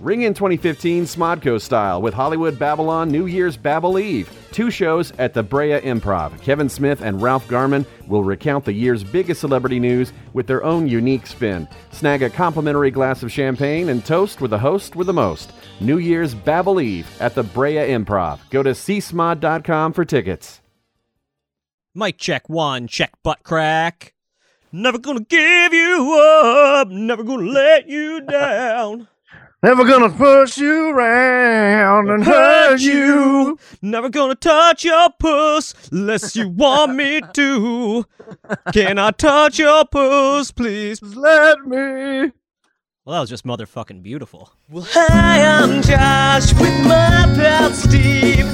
Ring in 2015 Smodco style with Hollywood Babylon New Year's Babble Eve. Two shows at the Brea Improv. Kevin Smith and Ralph Garman will recount the year's biggest celebrity news with their own unique spin. Snag a complimentary glass of champagne and toast with the host with the most. New Year's Babble Eve at the Brea Improv. Go to csmod.com for tickets. Mic check one, check butt crack. Never gonna give you up, never gonna let you down. Never gonna push you around and hurt you. Never gonna touch your puss unless you want me to. Can I touch your puss, please? Just let me. Well, that was just motherfucking beautiful. Well, hi, I'm Josh with my pal Steve.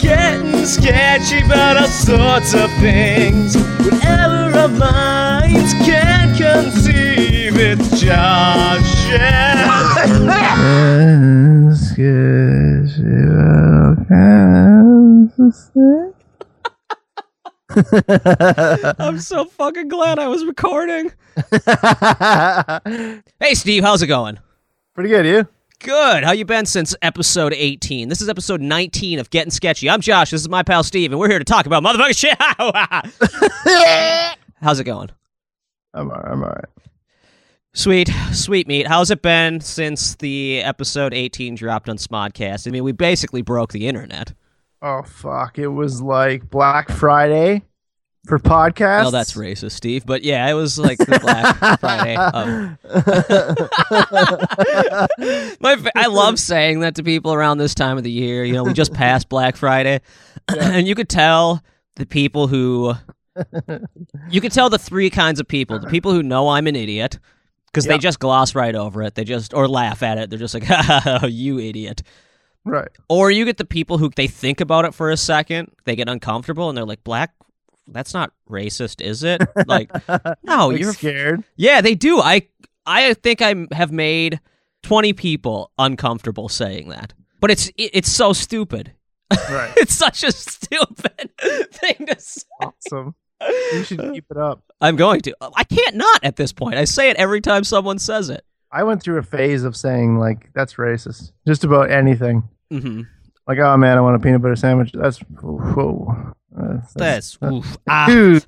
Getting sketchy about all sorts of things. Whatever our minds can conceive, it's Josh. and- I'm so fucking glad I was recording. Hey, Steve, how's it going? Pretty good, you? Good. How you been since episode 18? This is episode 19 of Getting Sketchy. I'm Josh. This is my pal Steve, and we're here to talk about motherfucking shit. how's it going? I'm alright. I'm alright. Sweet, sweet meat. How's it been since the episode 18 dropped on Smodcast? I mean, we basically broke the internet. Oh fuck! It was like Black Friday for podcasts. Oh, that's racist, Steve. But yeah, it was like the Black Friday. Of... My, fa- I love saying that to people around this time of the year. You know, we just passed Black Friday, and you could tell the people who, you could tell the three kinds of people: the people who know I'm an idiot. Because they Yeah. just gloss right over it. They just, or laugh at it. They're just like, "Ha, you idiot. right. Or you get the people who they think about it for a second, they get uncomfortable, and they're like, "Black, that's not racist, is it?" Like, no, Like, Oh, you're scared. yeah, they do. I I think I have made twenty people uncomfortable saying that, but it's it, it's so stupid. Right. It's such a stupid thing to say. awesome. You should keep it up. I'm going to. I can't not at this point. I say it every time someone says it. I went through a phase of saying like that's racist. Just about anything. hmm Like, oh man, I want a peanut butter sandwich. That's whoa. That's, That's oof, ah. dude.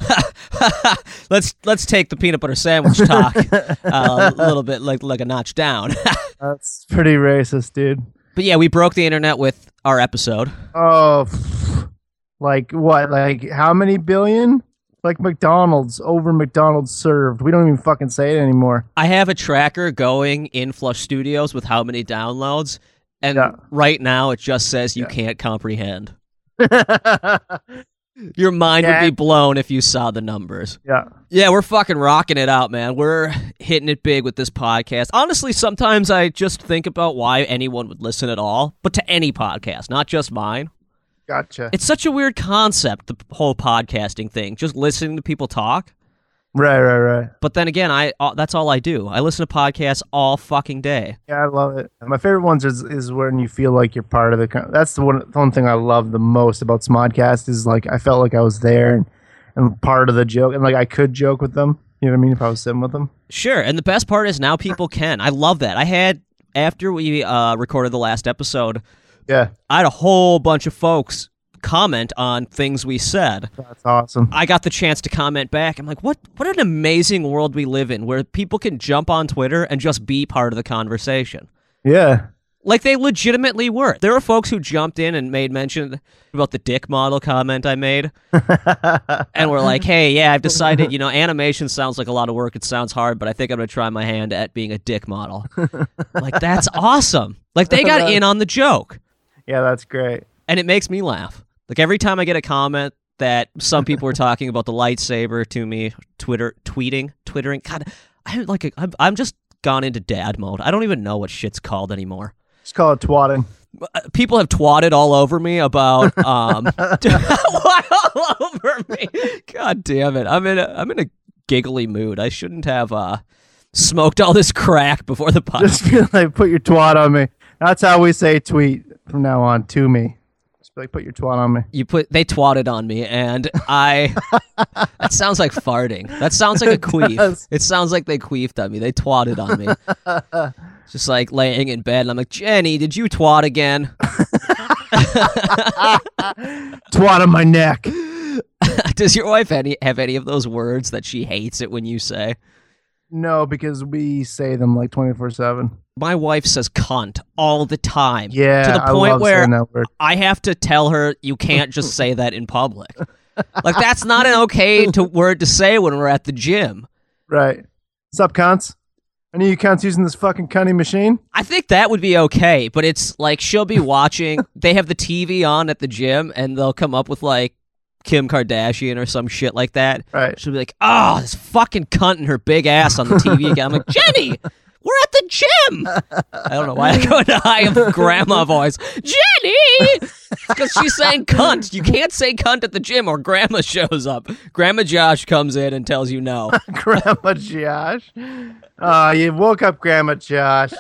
let's let's take the peanut butter sandwich talk uh, a little bit like like a notch down. That's pretty racist, dude. but yeah, we broke the internet with our episode. Oh, pff, like what? Like how many billion? Like McDonald's over McDonald's served. We don't even fucking say it anymore. I have a tracker going in Flush Studios with how many downloads, and Yeah. right now it just says you Yeah. can't comprehend. Your mind Yeah. would be blown if you saw the numbers. yeah. Yeah, we're fucking rocking it out, man. We're hitting it big with this podcast. Honestly, sometimes I just think about why anyone would listen at all, but to any podcast, not just mine. Gotcha. It's such a weird concept, the whole podcasting thing, just listening to people talk. Right, right, right. But then again, I uh, that's all I do. I listen to podcasts all fucking day. Yeah, I love it. My favorite ones is is when you feel like you're part of the. Con- that's the one the one thing I love the most about Smodcast is like I felt like I was there and, and part of the joke and like I could joke with them. You know what I mean? If I was sitting with them. Sure, and the best part is now people can. I love that. I had after we uh, recorded the last episode, Yeah, I had a whole bunch of folks comment on things we said. that's awesome. I got the chance to comment back. I'm like, what? What an amazing world we live in, where people can jump on Twitter and just be part of the conversation. Yeah. Like they legitimately were. There were folks who jumped in and made mention about the dick model comment I made. and were like, hey, yeah, I've decided, you know, animation sounds like a lot of work. It sounds hard, but I think I'm going to try my hand at being a dick model. like, that's awesome. Like they got in on the joke. Yeah, that's great. And it makes me laugh. Like every time I get a comment that some people were talking about the lightsaber to me, Twitter, tweeting, twittering. God, I'm like, a, I'm, I'm just gone into dad mode. I don't even know what shit's called anymore Just call it twatting. people have twatted all over me about um twat all over me. God damn it. I'm in a I'm in a giggly mood. I shouldn't have uh smoked all this crack before the podcast. Just be like, put your twat on me. That's how we say tweet from now on to me. Just be like, put your twat on me. you put they twatted on me and I that sounds like farting. That sounds like a queef. does. It sounds like they queefed on me. They twatted on me. just like laying in bed, and I'm like, Jenny, did you twat again? Twat on my neck. Does your wife any have any of those words that she hates it when you say? No, because we say them like twenty four seven. My wife says cunt all the time. Yeah, to the I point love where saying that word. I have to tell her you can't just say that in public. Like that's not an okay to word to say when we're at the gym. Right. What's up, cunts? Any of you cunts using this fucking cunning machine? I think that would be okay, but it's like she'll be watching. they have the TV on at the gym, and they'll come up with like Kim Kardashian or some shit like that. Right. She'll be like, "Oh, this fucking cunt and her big ass on the TV again." I'm like, "Jenny, we're at the gym." I don't know why I go into high grandma voice, Jenny, because she's saying cunt. You can't say cunt at the gym, or grandma shows up. Grandma Josh comes in and tells you no. Grandma Josh. Oh, you woke up Grandma Josh.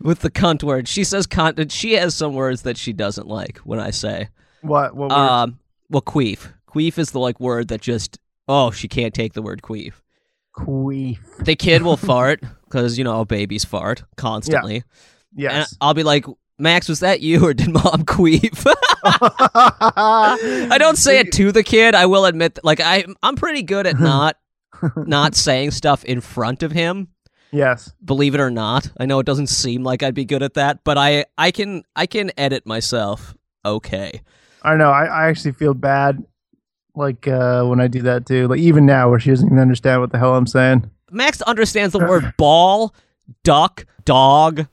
with the cunt word. She says cunt, and she has some words that she doesn't like when I say. What what word? Um, well, queef. Queef is the like word that just oh she can't take the word queef. queef. The kid will fart because you know babies fart constantly, Yes. and I'll be like. Max, was that you or did mom queef? I don't say it to the kid. I will admit, that, like I, I'm pretty good at not, not saying stuff in front of him. yes. believe it or not. I know it doesn't seem like I'd be good at that, but I I can I can edit myself. Okay. I know. I, I actually feel bad like uh when I do that too. Like even now where she doesn't even understand what the hell I'm saying. Max understands the Uh, word ball, duck, dog,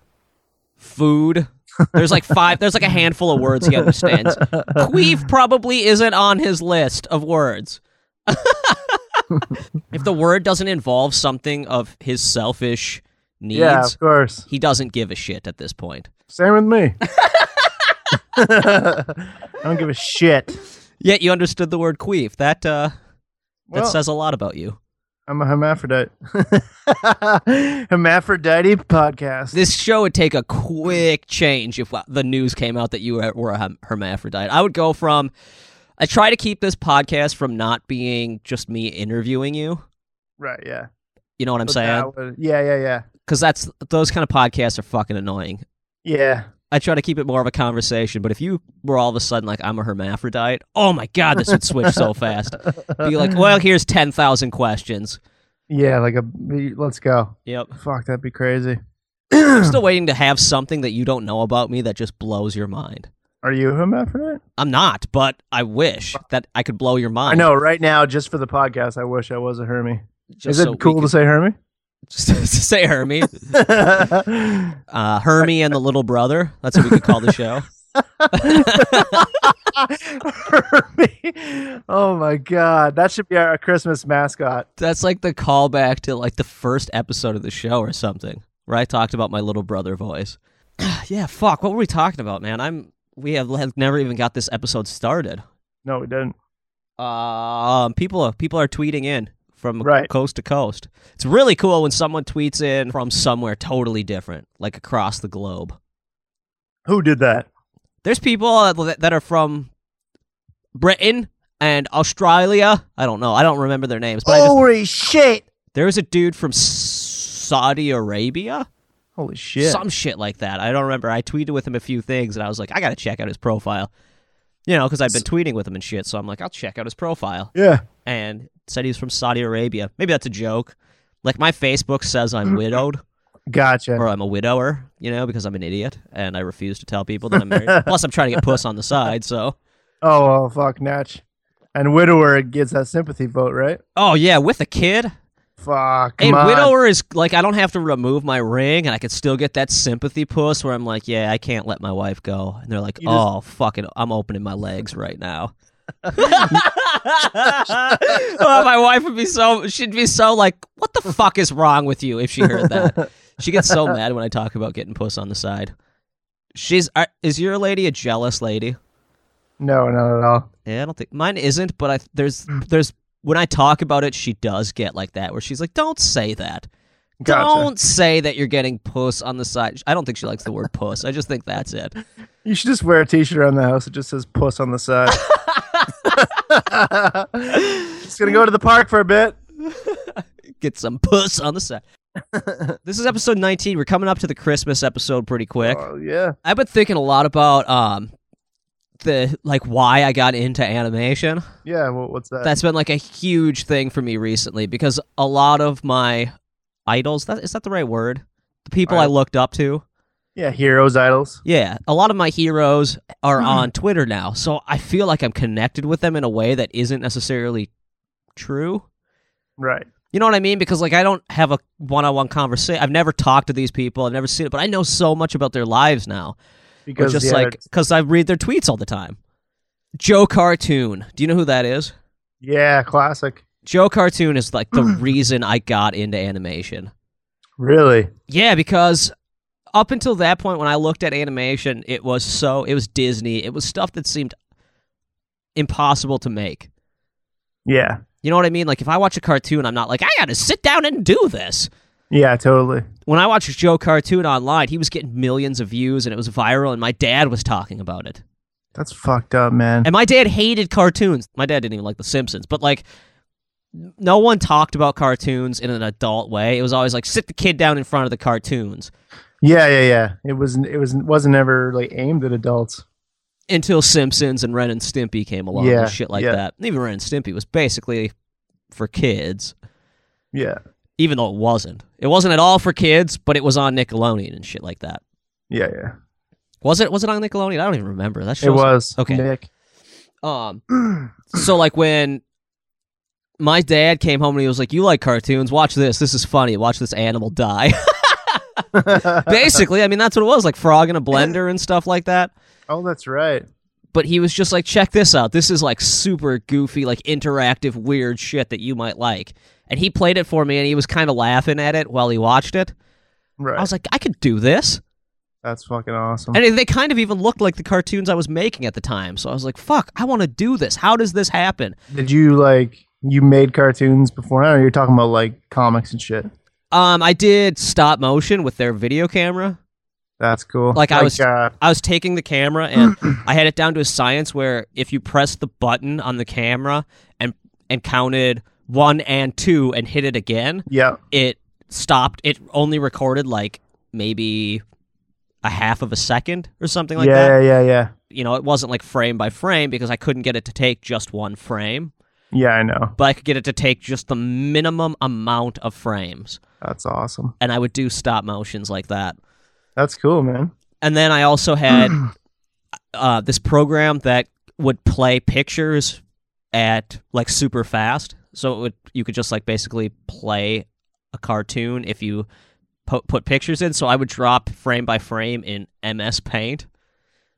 food. There's like five there's like a handful of words he understands. Queef probably isn't on his list of words. if the word doesn't involve something of his selfish needs, Yeah, of course. he doesn't give a shit at this point. Same with me. I don't give a shit. Yet you understood the word queef. That uh that Well- says a lot about you. I'm a hermaphrodite. hermaphrodite podcast. This show would take a quick change if uh, the news came out that you were were a herm- hermaphrodite. I would go from I try to keep this podcast from not being just me interviewing you. right, yeah. You know what I'm But saying? that was- yeah, yeah, yeah. Because that's those kind of podcasts are fucking annoying. Yeah. I try to keep it more of a conversation, but if you were all of a sudden like I'm a hermaphrodite, oh my god, this would switch so fast. Be like, well, here's ten thousand questions. Yeah, like a let's go. Yep. Fuck, that'd be crazy. I'm still waiting to have something that you don't know about me that just blows your mind. Are you a hermaphrodite? I'm not, but I wish that I could blow your I mind. know. Right now, just for the podcast, I wish I was a Hermie. Just Is it so we cool to could- say Hermie? just to say Hermie? Uh, Hermie and the little brother. That's what we could call the show. Hermie. Oh my god, that should be our Christmas mascot. That's like the callback to like the first episode of the show or something, where I talked about my little brother voice. yeah, fuck. What were we talking about, man? I'm. We have, have never even got this episode started. No, we didn't. Um, people are people are tweeting in from Right. coast to coast. It's really cool when someone tweets in from somewhere totally different, like across the globe. Who did that? There's people that, that are from Britain and Australia. I don't know. I don't remember their names, but I just, Holy shit! there was a dude from S- Saudi Arabia, Holy shit! some shit like that. I don't remember. I tweeted with him a few things, and I was like, I gotta check out his profile. You know, because I've been tweeting with him and shit, so I'm like, I'll check out his profile. yeah. and said he's from Saudi Arabia. Maybe that's a joke. Like my Facebook says I'm widowed Gotcha. or I'm a widower, you know, because I'm an idiot and I refuse to tell people that I'm married. Plus, I'm trying to get puss on the side. So, Oh well, fuck Natch. And widower it gets that sympathy vote, right? oh yeah, with a kid, Fuck. a come on. widower is like I don't have to remove my ring and I could still get that sympathy puss where I'm like, yeah, I can't let my wife go, and they're like, You just- oh fucking, I'm opening my legs right now. oh, my wife would be so she'd be so like, what the fuck is wrong with you if she heard that? She gets so mad when I talk about getting puss on the side. She's are, is your lady a jealous lady? No, not at all. Yeah, "Eh, I don't think mine isn't, but I there's there's when I talk about it, she does get like that where she's like, "Don't say that. Gotcha. Don't say that you're getting puss on the side." I don't think she likes the word puss. I just think that's it. You should just wear a T-shirt around the house that just says "puss" on the side. just gonna go to the park for a bit. Get some puss on the side. this is episode 19. We're coming up to the Christmas episode pretty quick. Oh, yeah. I've been thinking a lot about um the like why I got into animation. Yeah. What, what's that? That's been like a huge thing for me recently because a lot of my idols, that is that the right word? The people I Alright. looked up to. yeah. Heroes, idols. Yeah, a lot of my heroes are on Twitter now, so I feel like I'm connected with them in a way that isn't necessarily true. Right. You know what I mean? Because like I don't have a one-on-one conversation. I've never talked to these people. I've never seen it, but I know so much about their lives now. It's Because just yeah, like it's- because I read their tweets all the time. Joe Cartoon. Do you know who that is? yeah, classic. Joe Cartoon is like the reason I got into animation. Really? Yeah, because up until that point, when I looked at animation, it was so it was Disney. It was stuff that seemed impossible to make. Yeah. You know what I mean? Like if I watch a cartoon, I'm not like I got to sit down and do this. Yeah. Totally. When I watched Joe Cartoon online, he was getting millions of views and it was viral, and my dad was talking about it. That's fucked up, man. And my dad hated cartoons. My dad didn't even like The Simpsons, but like, n- no one talked about cartoons in an adult way. It was always like, sit the kid down in front of the cartoons Yeah. Yeah. Yeah. It was. It was. Wasn't ever like aimed at adults. until Simpsons and Ren and Stimpy came along Yeah, and shit like yeah. that. And even Ren and Stimpy was basically for kids, Yeah. even though it wasn't. It wasn't at all for kids, but it was on Nickelodeon and shit like that. Yeah. Yeah. Was it? Was it on Nickelodeon? I don't even remember. That It show was. okay. Nick. Um, so like when my dad came home and he was like, "You like cartoons? Watch this. This is funny. Watch this animal die." Basically, I mean that's what it was like frog in a blender and stuff like that. oh, that's right. But he was just like, "Check this out. This is like super goofy, like interactive, weird shit that you might like." And he played it for me, and he was kind of laughing at it while he watched it. Right. I was like, "I could do this," that's fucking awesome. and they kind of even looked like the cartoons I was making at the time. So I was like, "Fuck, I want to do this. How does this happen?" Did you like you made cartoons before? Or you're talking about like comics and shit. Um, I did stop motion with their video camera. That's cool. Like, I was- uh, I was taking the camera and I had it down to a science where if you pressed the button on the camera and and counted one and two and hit it again, yeah, it stopped. It only recorded like maybe a half of a second or something like yeah, that. yeah, yeah, You know, it wasn't like frame by frame because I couldn't get it to take just one frame, yeah. I know. but I could get it to take just the minimum amount of frames. That's awesome. And I would do stop motions like that. That's cool, man. and then I also had uh, this program that would play pictures at like super fast, so it would you could just like basically play a cartoon if you po- put pictures in. So I would drop frame by frame in MS Paint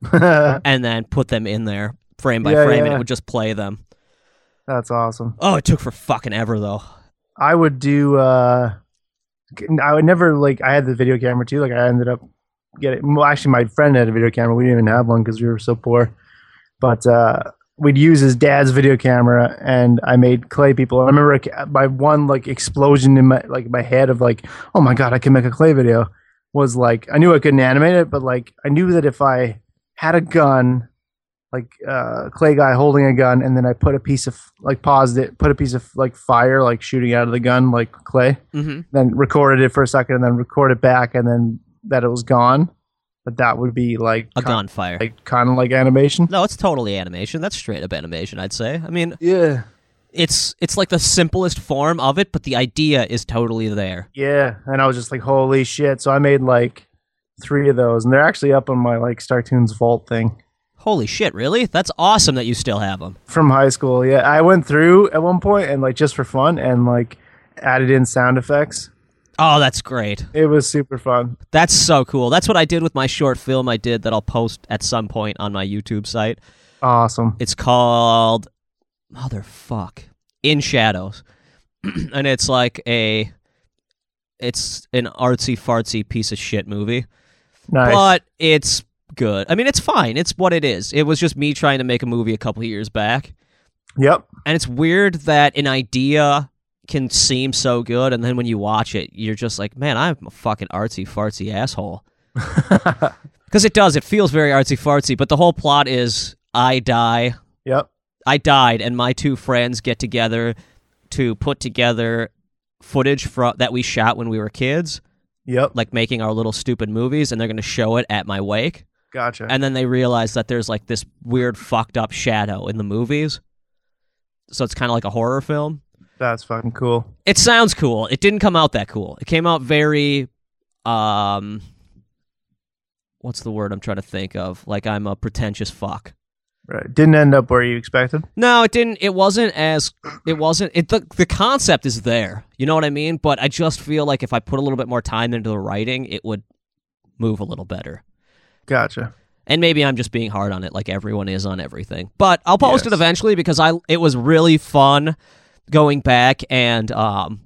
That's and then put them in there frame by Yeah, frame, and yeah. it would just play them. awesome. Oh, it took for fucking ever though. I would do. uh I would never like. I had the video camera too. Like I ended up getting. Well, actually, my friend had a video camera. We didn't even have one because we were so poor. But uh we'd use his dad's video camera, and I made clay people. I remember like, my one like explosion in my like my head of like, oh my god, I can make a clay video. Was like I knew I couldn't animate it, but like I knew that if I had a gun like uh, clay guy holding a gun and then i put a piece of like paused it put a piece of like fire like shooting out of the gun like clay hmm then recorded it for a second and then record it back and then that it was gone but that would be like A ki- gunfire. like kind of like animation No, it's totally animation. That's straight up animation, I'd say. I mean, yeah it's it's like the simplest form of it, but the idea is totally there. yeah and i was just like holy shit so i made like three of those and they're actually up on my like startoons vault thing Holy shit, really? That's awesome that you still have them. from high school yeah i went through at one point and like just for fun and like added in sound effects Oh, that's great. it was super fun That's so cool. That's what I did with my short film I did that I'll post at some point on my YouTube site. awesome It's called Motherfuck In Shadows. and it's like a it's an artsy fartsy piece of shit movie. nice But it's good. I mean, it's fine. It's what it is. It was just me trying to make a movie a couple years back. Yep. And it's weird that an idea can seem so good, and then when you watch it, you're just like, man, I'm a fucking artsy fartsy asshole. Because it does, it feels very artsy fartsy, but the whole plot is I die, Yep. I died, and my two friends get together to put together footage fro- that we shot when we were kids, Yep. like making our little stupid movies, and they're going to show it at my wake. Gotcha. And then they realize that there's like this weird fucked up shadow in the movies. So it's kind of like a horror film. That's fucking cool. It sounds cool. It didn't come out that cool. It came out very um what's the word I'm trying to think of? Like I'm a pretentious fuck. Right. Didn't end up where you expected. No, it didn't. It wasn't as it wasn't it the, the concept is there. You know what I mean? But I just feel like if I put a little bit more time into the writing, it would move a little better. Gotcha. And maybe I'm just being hard on it like everyone is on everything. But I'll post it Yes. eventually because I it was really fun going back and um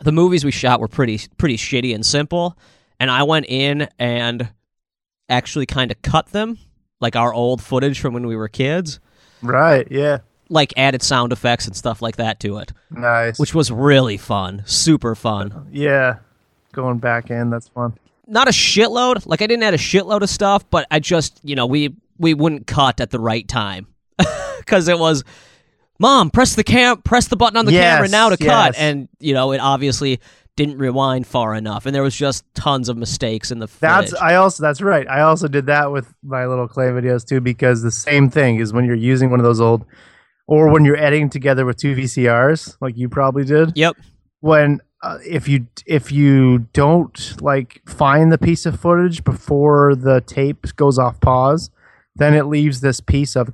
the movies we shot were pretty pretty shitty and simple and I went in and actually kind of cut them like our old footage from when we were kids Right. Yeah. like added sound effects and stuff like that to it Nice. which was really fun super fun yeah. Going back in. That's fun. not a shitload like I didn't add a shitload of stuff but I just you know we we wouldn't cut at the right time because it was mom press the cam press the button on the Yes, camera now to yes. cut and you know it obviously didn't rewind far enough and there was just tons of mistakes in the footage. That's I also that's right. I also did that with my little clay videos too because the same thing is when you're using one of those old or when you're editing together with two VCRs like you probably did. yep When uh, if you if you don't like find the piece of footage before the tape goes off pause, then it leaves this piece of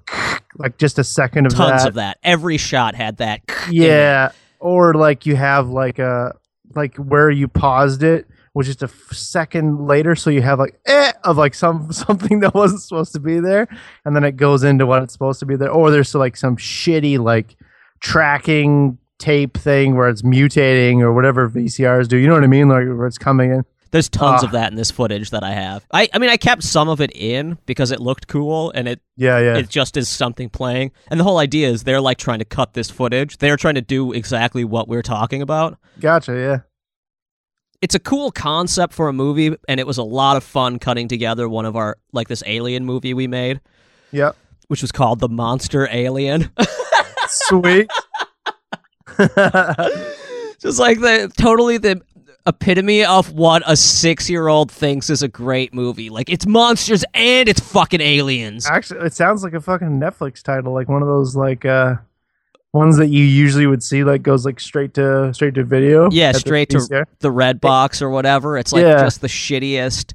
like just a second of tons that. of that every shot had that in it. Yeah, or like you have like a like where you paused it was just a f- second later, so you have like eh of like some something that wasn't supposed to be there, and then it goes into what it's supposed to be there. Or there's like some shitty like tracking tape thing where it's mutating or whatever VCRs do. You know what I mean? Like where it's coming in. There's tons Ah. of that in this footage that I have. I, I mean, I kept some of it in because it looked cool and it, Yeah, yeah, it just is something playing. And the whole idea is they're like trying to cut this footage. They're trying to do exactly what we're talking about. gotcha. Yeah, It's a cool concept for a movie, and it was a lot of fun cutting together one of our, like this alien movie we made, yep, which was called The Monster Alien. sweet. just like the totally the epitome of what a six year old thinks is a great movie. Like it's monsters and it's fucking aliens. Actually, it sounds like a fucking Netflix title, like one of those like uh ones that you usually would see, like goes like straight to straight to video. Yeah, at the straight to- VCR. the red box or whatever. It's like Yeah. just the shittiest.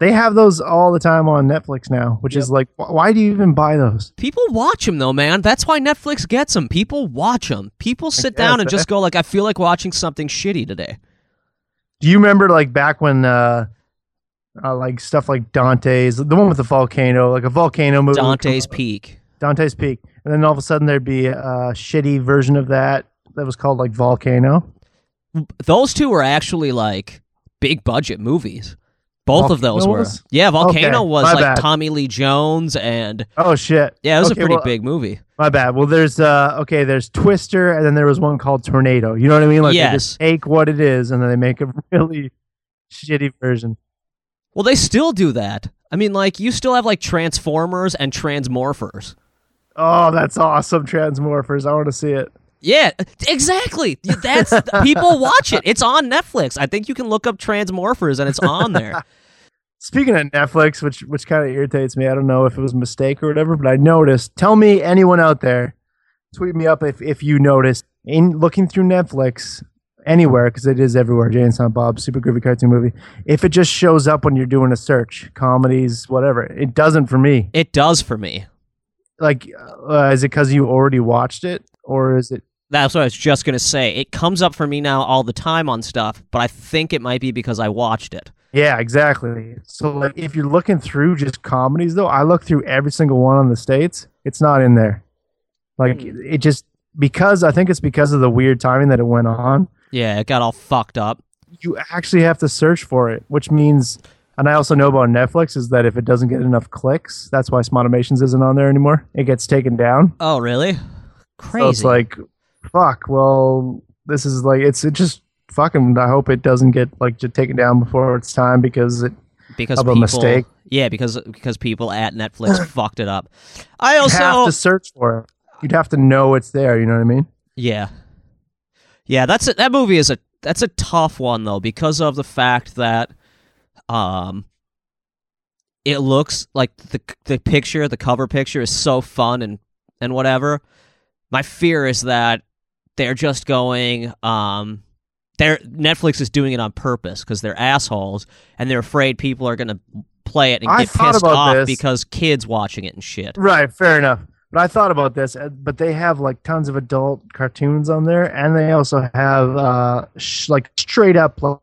They have those all the time on Netflix now, which is like, wh- why do you even buy those? People watch them though, man. That's why Netflix gets them. People watch them. People sit down and guess, eh? just go like, I feel like watching something shitty today. Do you remember like back when uh, uh like stuff like Dante's, the one with the volcano, like a volcano movie, would come Dante's out, Peak. Dante's Peak, and then all of a sudden there'd be a shitty version of that that was called like Volcano. Those two were actually like big budget movies. Both of those Volcano were. was? Yeah, Volcano Okay, was my like bad. Tommy Lee Jones and Oh shit! yeah, it was Okay, a pretty well, uh big movie. My bad. Well, there's uh okay, there's Twister, and then there was one called Tornado. You know what I mean? Like they just take what it is, and then they make a really shitty version. Well, they still do that. I mean, like you still have like Transformers and Transmorphers. Oh, that's awesome, Transmorphers. I want to see it. Yeah, exactly. That's people watch it. It's on Netflix. I think you can look up Transmorphers and it's on there. Speaking of Netflix, which which kind of irritates me, I don't know if it was a mistake or whatever, but I noticed. Tell me, anyone out there, tweet me up if if you noticed in looking through Netflix anywhere because it is everywhere. Jay and Silent Bob, super groovy cartoon movie. If it just shows up when you're doing a search, comedies, whatever, it doesn't for me. It does for me. like uh, is it because you already watched it or is it That's what I was just gonna say. It comes up for me now all the time on stuff, but I think it might be because I watched it. yeah exactly so like if you're looking through just comedies though i look through every single one on the states it's not in there like it it just because i think it's because of the weird timing that it went on Yeah, it got all fucked up. you actually have to search for it which means and i also know about netflix is that if it doesn't get enough clicks that's why smotimations isn't on there anymore it gets taken down Oh, really? Crazy. So it's like, fuck. Well, this is like it's it just fucking. I hope it doesn't get like just taken down before it's time because it because of a people, mistake. Yeah, because because people at Netflix fucked it up. I you have also to search for it. You'd have to know it's there. You know what I mean? yeah. Yeah, that's a, that movie is a that's a tough one though because of the fact that um it looks like the the picture, the cover picture is so fun and and whatever. My fear is that they're just going um they're Netflix is doing it on purpose because they're assholes and they're afraid people are going to play it and I get thought pissed about off this. because kids watching it and shit. Right, fair enough. But I thought about this, uh, but they have like tons of adult cartoons on there, and they also have uh sh- like straight up. Like,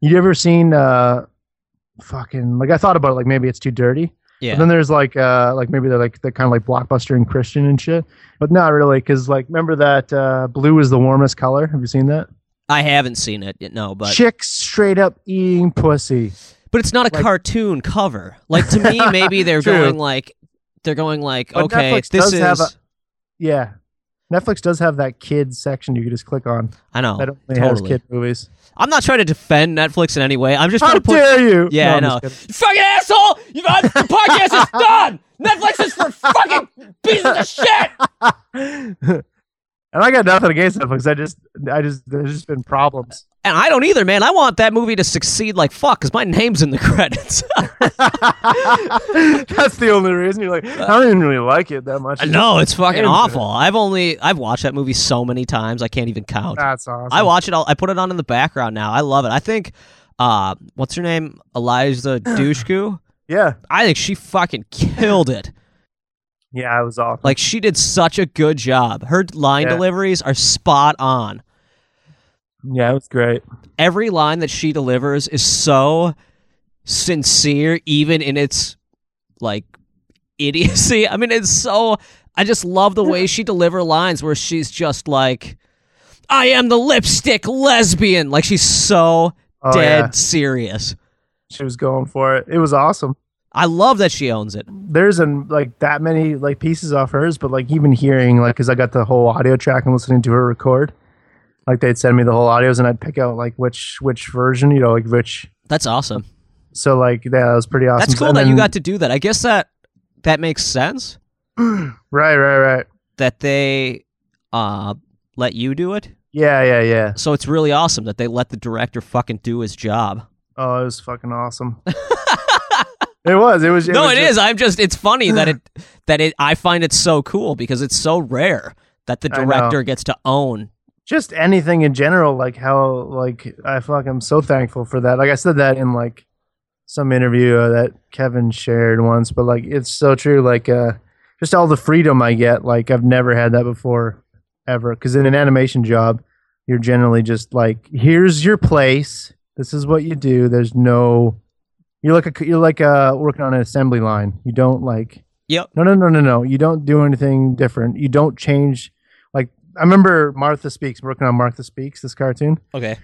you ever seen uh fucking like I thought about it, like maybe it's too dirty. Yeah. But then there's like uh like maybe they're like they're kind of like blockbuster and Christian and shit, but not really because like remember that uh blue is the warmest color. Have you seen that? I haven't seen it, y- no, but Chicks straight up eating pussy. but it's not a like- cartoon cover. Like to me, maybe they're True. going like they're going like But okay, Netflix this does is have Yeah, Netflix does have that kids section you can just click on I know that only has totally. kid movies. I'm not trying to defend Netflix in any way. I'm just How trying to put dare you? Yeah, No, I know. I'm You just kidding. fucking asshole! You, uh, the podcast is done. Netflix is for fucking pieces of shit. and I got nothing against that because I just, I just, there's just been problems. And I don't either, man. I want that movie to succeed like fuck because my name's in the credits. That's the only reason. You're like, I don't even really like it that much. no, it's fucking Name's in awful. I've only I've watched that movie so many times I can't even count. that's awesome. I watch it. All, I put it on in the background now. I love it. I think, uh, what's her name? Eliza Dushku. yeah, I think she fucking killed it. yeah, it was awesome. Like she did such a good job. Her line Yeah. deliveries are spot on. yeah, it was great. Every line that she delivers is so sincere, even in its like idiocy. I mean, it's so. I just love the way she deliver lines where she's just like, "I am the lipstick lesbian." Like she's so Oh, dead yeah. serious. She was going for it. It was awesome. I love that she owns it. There's an like that many like pieces off hers, but like even hearing like because I got the whole audio track and listening to her record. Like they'd send me the whole audios and I'd pick out like which which version, you know, like which. That's awesome. So like yeah, that was pretty awesome. That's cool And that you then- got to do that. I guess that that makes sense right, right, right. that they uh let you do it. Yeah, yeah, yeah. So it's really awesome that they let the director fucking do his job. Oh, it was fucking awesome. it was. It was. no, was it just- is. I'm just it's funny that it that it I find it so cool because it's so rare that the I know. director gets to own. Just anything in general, like how, like I fuck, I'm so thankful for that. Like I said that in like some interview uh, that Kevin shared once, but like it's so true. Like uh, just all the freedom I get. Like I've never had that before, ever. Because in an animation job, you're generally just like, here's your place. This is what you do. There's no. You're like a, you're like uh working on an assembly line. You don't like Yep. No, no, no, no, no. You don't do anything different. You don't change. Like I remember Martha Speaks. Working on Martha Speaks, this cartoon. Okay.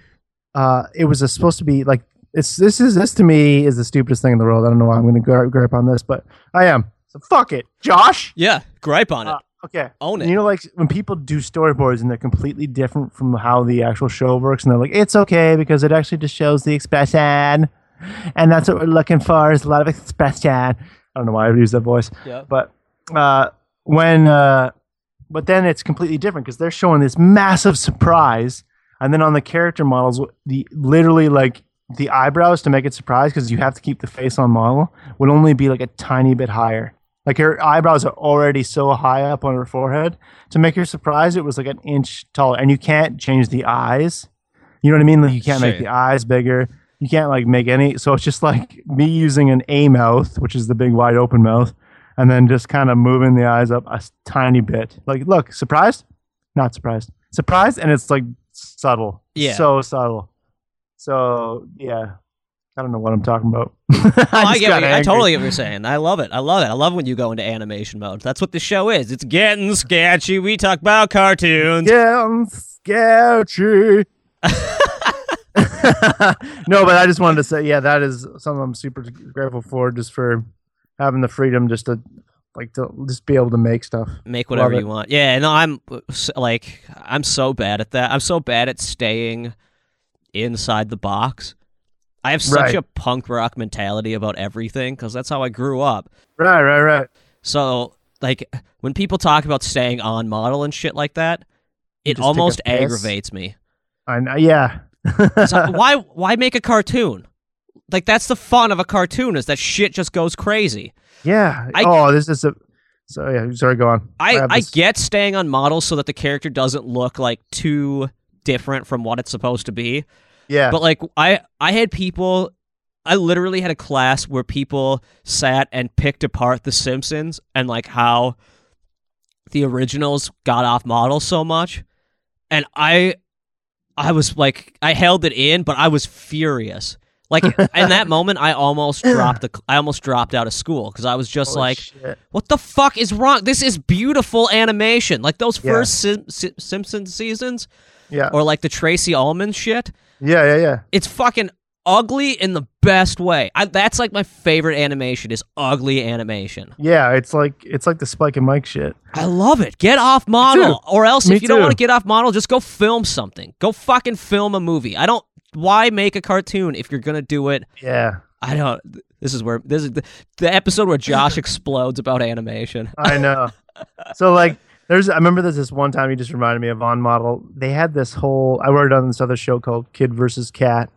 Uh, it was a, supposed to be like it's. This is this to me is the stupidest thing in the world. I don't know why I'm going to gripe, gripe on this, but I am. So fuck it, Josh. Yeah. Gripe on it. Uh, Okay. own it. You know, like when people do storyboards and they're completely different from how the actual show works, and they're like, "It's okay because it actually just shows the expression, and that's what we're looking for is a lot of expression." I don't know why I use that voice, yeah. but uh, when uh, but then it's completely different because they're showing this massive surprise, and then on the character models, the literally like the eyebrows to make it surprise because you have to keep the face on model would only be like a tiny bit higher. Like her eyebrows are already so high up on her forehead to make her surprise, it was like an inch taller, and you can't change the eyes. You know what I mean? Like you can't make Sure. the eyes bigger. You can't like make any. So it's just like me using an A mouth, which is the big wide open mouth, and then just kind of moving the eyes up a s- tiny bit. Like, look, surprised? Not surprised. Surprised, and it's like subtle. Yeah. So subtle. So yeah, I don't know what I'm talking about. Oh, I, just get got what you- I angry. totally get what you're saying. I love it. I love it. I love when you go into animation mode. That's what the show is. It's getting sketchy. We talk about cartoons. Yeah, I'm sketchy. no, but I just wanted to say, yeah, that is something I'm super grateful for, just for having the freedom, just to like to just be able to make stuff. make whatever Love you want. Yeah, no, I'm uh, s- like I'm so bad at that. I'm so bad at staying inside the box. I have such Right. a punk rock mentality about everything cuz that's how I grew up. Right, right, right. So, like when people talk about staying on model and shit like that, it just take a almost piss? aggravates me. I know. Yeah. So why why make a cartoon? Like that's the fun of a cartoon is that shit just goes crazy. Yeah. I- oh, this is a. So yeah. Sorry. Go on. I, have I this- get staying on model so that the character doesn't look like too different from what it's supposed to be. Yeah. But like I I had people I literally had a class where people sat and picked apart the Simpsons and like how the originals got off model so much. And I I was like I held it in, but I was furious. Like in that moment I almost dropped the I almost dropped out of school cuz I was just Holy like shit. what the fuck is wrong? This is beautiful animation. Like those Yeah. first Sim- Sim- Simpsons seasons Yeah. or like the Tracy Ullman shit yeah. Yeah. Yeah. it's fucking ugly in the best way. I, that's like my favorite animation is ugly animation. Yeah. It's like it's like the Spike and Mike shit. I love it. Get off model, or else Me if you don't too. want to get off model, just go film something. Go fucking film a movie. I don't. Why make a cartoon if you're gonna do it? Yeah. I don't. This is where this is the, the episode where Josh explodes about animation. I know. so like there's I remember there's this one time you just reminded me of on model. They had this whole I worked on this other show called Kid versus Cat.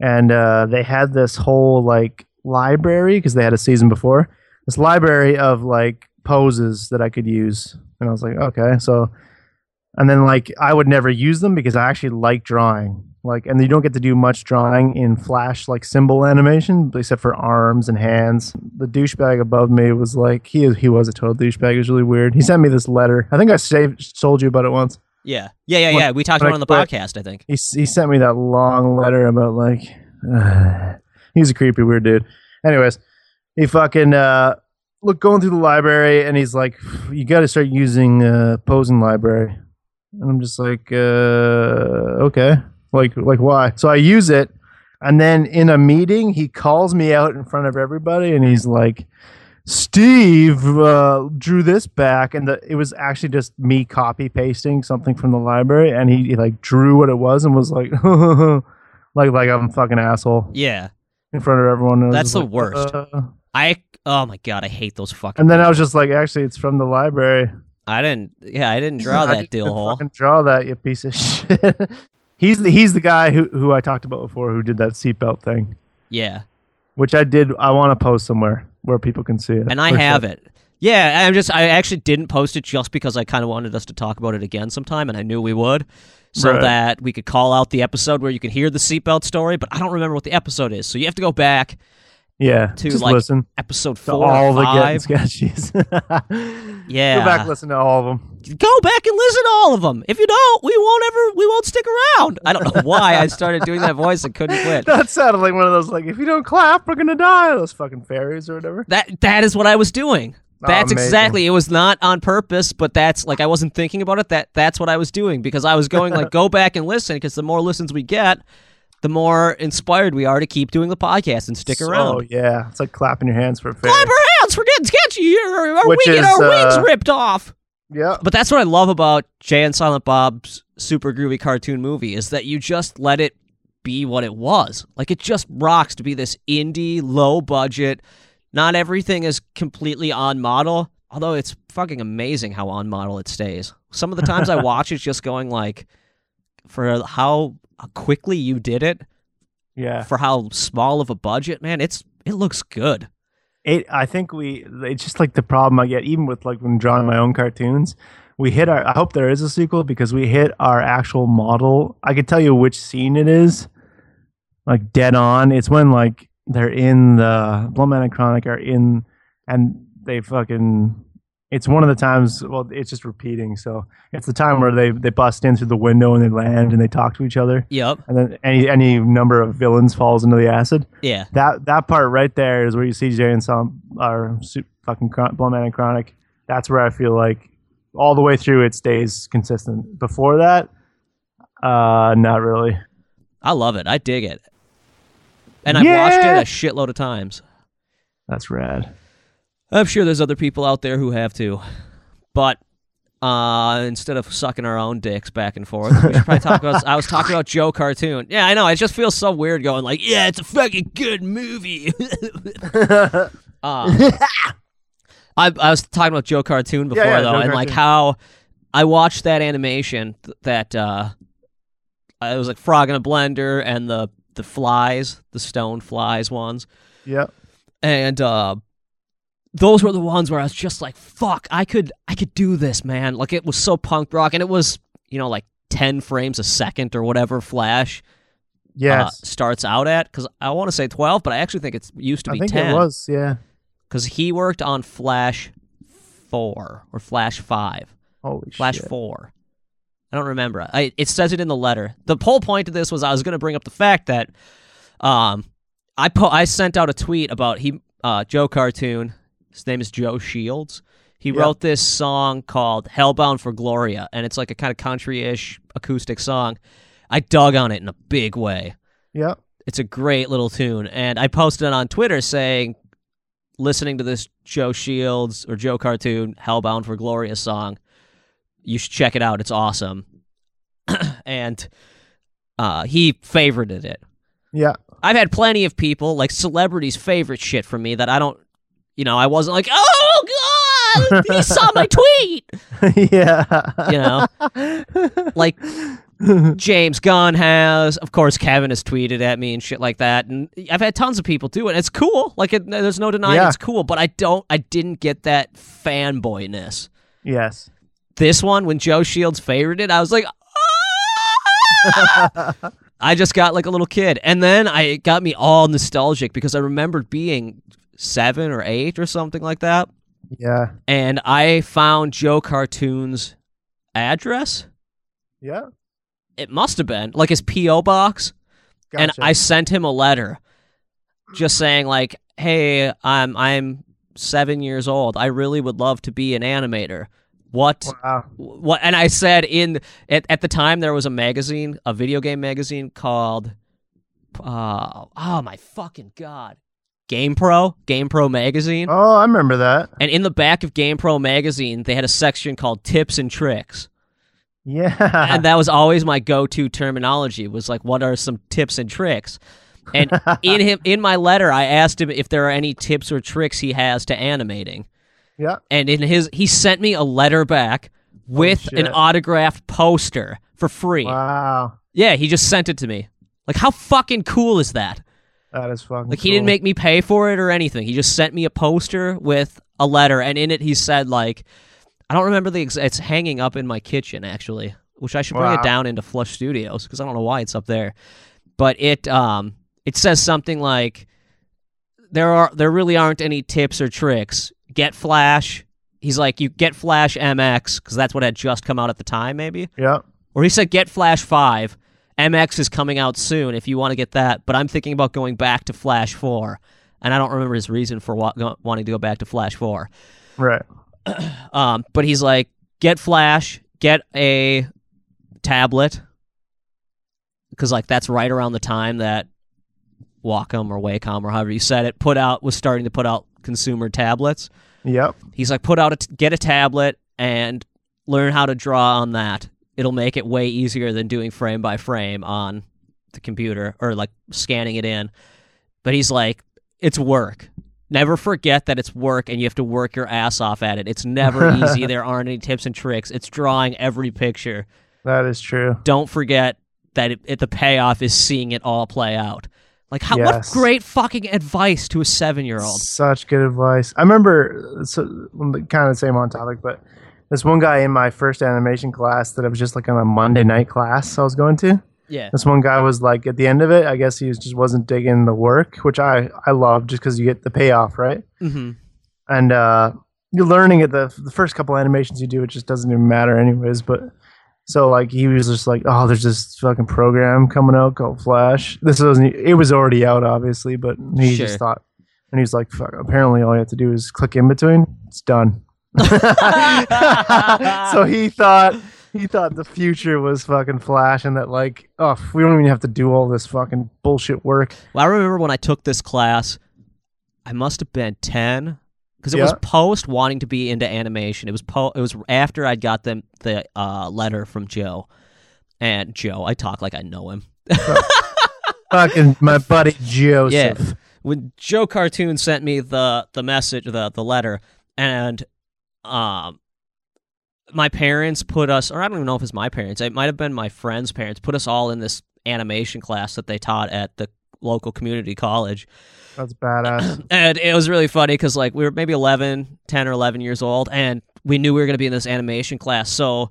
And uh, they had this whole like library because they had a season before. This library of like poses that I could use. And I was like, okay, so and then like I would never use them because I actually like drawing. Like and you don't get to do much drawing in flash like symbol animation except for arms and hands. The douchebag above me was like he he was a total douchebag. It was really weird. He sent me this letter. I think I saved, told you about it once. Yeah, yeah, yeah, yeah. We talked about it on the Like, podcast. I think. He s- he sent me that long letter about like he's a creepy weird dude. Anyways, he fucking uh look going through the library and he's like you got to start using uh posing library. And I'm just like uh okay. Like like why? So I use it and then in a meeting he calls me out in front of everybody and he's like Steve uh, drew this back, and the, it was actually just me copy pasting something from the library, and he, he, like drew what it was and was like, like like I'm a fucking asshole Yeah, in front of everyone. and I was That's just the like, worst. "Uh." I. Oh my god, I hate those fucking. and then I was just like, actually, it's from the library. I didn't. Yeah, I didn't draw I that just didn't dill hole. Fucking draw that, you piece of shit. he's the, he's the guy who who I talked about before who did that seatbelt thing, Yeah. which I did. I want to post somewhere where people can see it. and I For sure. have it. Yeah, I'm just I actually didn't post it just because I kind of wanted us to talk about it again sometime, and I knew we would, so Right. that we could call out the episode where you can hear the seatbelt story. But I don't remember what the episode is, so you have to go back Yeah, to, just like, listen. episode to four, or all the five. getting sketches. Yeah. Go back, and listen to all of them. go back and listen to all of them. If you don't, we won't ever we won't stick around. I don't know why I started doing that voice and couldn't quit. That sounded like one of those like, if you don't clap, we're gonna die. Those fucking fairies or whatever. That that is what I was doing. Oh, That's amazing. exactly. It was not on purpose, but that's like I wasn't thinking about it. That that's what I was doing because I was going like go back and listen because the more listens we get, the more inspired we are to keep doing the podcast and stick Oh around. yeah, it's like clapping your hands for a fairy. Clap our hands for getting sketchy. Or, or we Which get our is, uh, wings ripped off. Yeah, But that's what I love about Jay and Silent Bob's super groovy cartoon movie is that you just let it be what it was. Like it just rocks to be this indie, low budget. Not everything is completely on model, although it's fucking amazing how on model it stays. Some of the times I watch it just going like for how quickly you did it, yeah. for how small of a budget, man, it's it looks good. It. I think we. It's just like the problem I get, even with like when drawing my own cartoons. We hit our. I hope there is a sequel because we hit our actual model. I could tell you which scene it is, like dead on. It's when like they're in the Blumman and Chronic are in, and they fucking. It's one of the times. Well, it's just repeating. So it's the time where they they bust in through the window and they land and they talk to each other, Yep. and then any any number of villains falls into the acid. Yeah. That that part right there is where you see Jay and Sam are su- fucking Chron- Blumman and Chronic. That's where I feel like all the way through it stays consistent. Before that, uh, not really. I love it. I dig it. And I've watched it Yeah. a shitload of times. That's rad. I'm sure there's other people out there who have to, but uh, instead of sucking our own dicks back and forth, we should probably talk about. I was talking about Joe cartoon. Yeah, I know. It just feels so weird going like, yeah, it's a fucking good movie. uh, I I was talking about Joe cartoon before yeah, though, Joe and like Cartoon. how I watched that animation th- that uh, uh, it was like Frog in a Blender and the the flies, the stone flies ones, Yep. and uh, those were the ones where I was just like, "Fuck, I could I could do this, man!" Like it was so punk rock, and it was you know like ten frames a second or whatever Flash uh, Yes. starts out at because I want to say twelve, but I actually think it's used to I be think ten it was. Yeah. because he worked on Flash four or Flash five. Holy Flash shit. Four. I don't remember. I, it says it in the letter. The whole point of this was I was going to bring up the fact that, um, I po- I sent out a tweet about he uh, Joe cartoon. His name is Joe Shields. He Yeah. wrote this song called "Hellbound for Gloria," and it's like a kind of country-ish acoustic song. I dug on it in a big way. Yep. It's a great little tune. And I posted it on Twitter saying, listening to this Joe Shields or Joe Cartoon Hellbound for Gloria song, you should check it out. It's awesome. and uh, he favorited it. Yeah. I've had plenty of people, like celebrities, favorite shit from me that I don't, you know, I wasn't like, oh, God, he saw my tweet, yeah. you know? Like, James Gunn has. Of course, Kevin has tweeted at me and shit like that. And I've had tons of people do it. It's cool. Like, it, there's no denying Yeah. it's cool. But I don't. I didn't get that fanboyness. yes. This one, when Joe Shields favored it, I was like, "Ah!" I just got like a little kid, and then I it got me all nostalgic because I remembered being seven or eight or something like that, Yeah. and I found Joe Cartoon's address. Yeah. It must have been like his PO box. Gotcha. and I sent him a letter just saying like, "Hey, I'm I'm 7 years old. I really would love to be an animator." What Wow. what and I said in at, at the time there was a magazine, a video game magazine called uh oh my fucking god. Game Pro, Game Pro magazine. Oh, I remember that. And in the back of Game Pro magazine, they had a section called tips and tricks. Yeah. and that was always my go-to terminology was like what are some tips and tricks and in him in my letter i asked him if there are any tips or tricks he has to animating yeah. and in his he sent me a letter back with shit. an autographed poster for free Wow. yeah he just sent it to me like how fucking cool is that That is fucking. like he didn't cool. make me pay for it or anything. He just sent me a poster with a letter, and in it he said like, I don't remember the ex- it's hanging up in my kitchen actually, which I should bring Wow. it down into Flush Studios because I don't know why it's up there, but it um it says something like there are there really aren't any tips or tricks. Get Flash. He's like you get Flash MX because that's what had just come out at the time maybe Yeah. or he said get Flash 5. MX is coming out soon if you want to get that, but I'm thinking about going back to Flash 4. And I don't remember his reason for wa- go- wanting to go back to Flash 4. Right. Um, but he's like, get Flash, get a tablet. Because, like, that's right around the time that Wacom or Wacom or however you said it put out, was starting to put out consumer tablets. Yep. He's like, put out a t- get a tablet and learn how to draw on that. It'll make it way easier than doing frame by frame on the computer or like scanning it in. But he's like, it's work. Never forget that it's work and you have to work your ass off at it. It's never easy. There aren't any tips and tricks. It's drawing every picture. That is true. Don't forget that it, it, the payoff is seeing it all play out. Like, how, Yes. what great fucking advice to a seven year old. Such good advice. I remember so, kind of the same on topic, but this one guy in my first animation class that I was just like on a Monday night class I was going to. Yeah. This one guy was like at the end of it, I guess he was, just wasn't digging the work, which I I love just because you get the payoff, right? hmm and uh, you're learning at the the first couple animations you do, it just doesn't even matter anyways. But so like he was just like, oh, there's this fucking program coming out called Flash. This wasn't it was already out obviously, but he Sure. just thought, and he's like, fuck. Apparently, all you have to do is click in between. It's done. so he thought. He thought the future was fucking Flash, and that like, oh, we don't even have to do all this fucking bullshit work. Well, I remember when I took this class, I must have been 10 because it was Yeah. post wanting to be into animation. It was po- it was after I'd got them the uh, letter from Joe. And Joe, I talk like I know him. Fucking my buddy Joseph. Yeah. When Joe Cartoon sent me the the message the the letter and um my parents put us, or I don't even know if it's my parents. It might have been my friend's parents put us all in this animation class that they taught at the local community college. That's badass. And it was really funny because like we were maybe 11, 10 or 11 years old, and we knew we were going to be in this animation class. So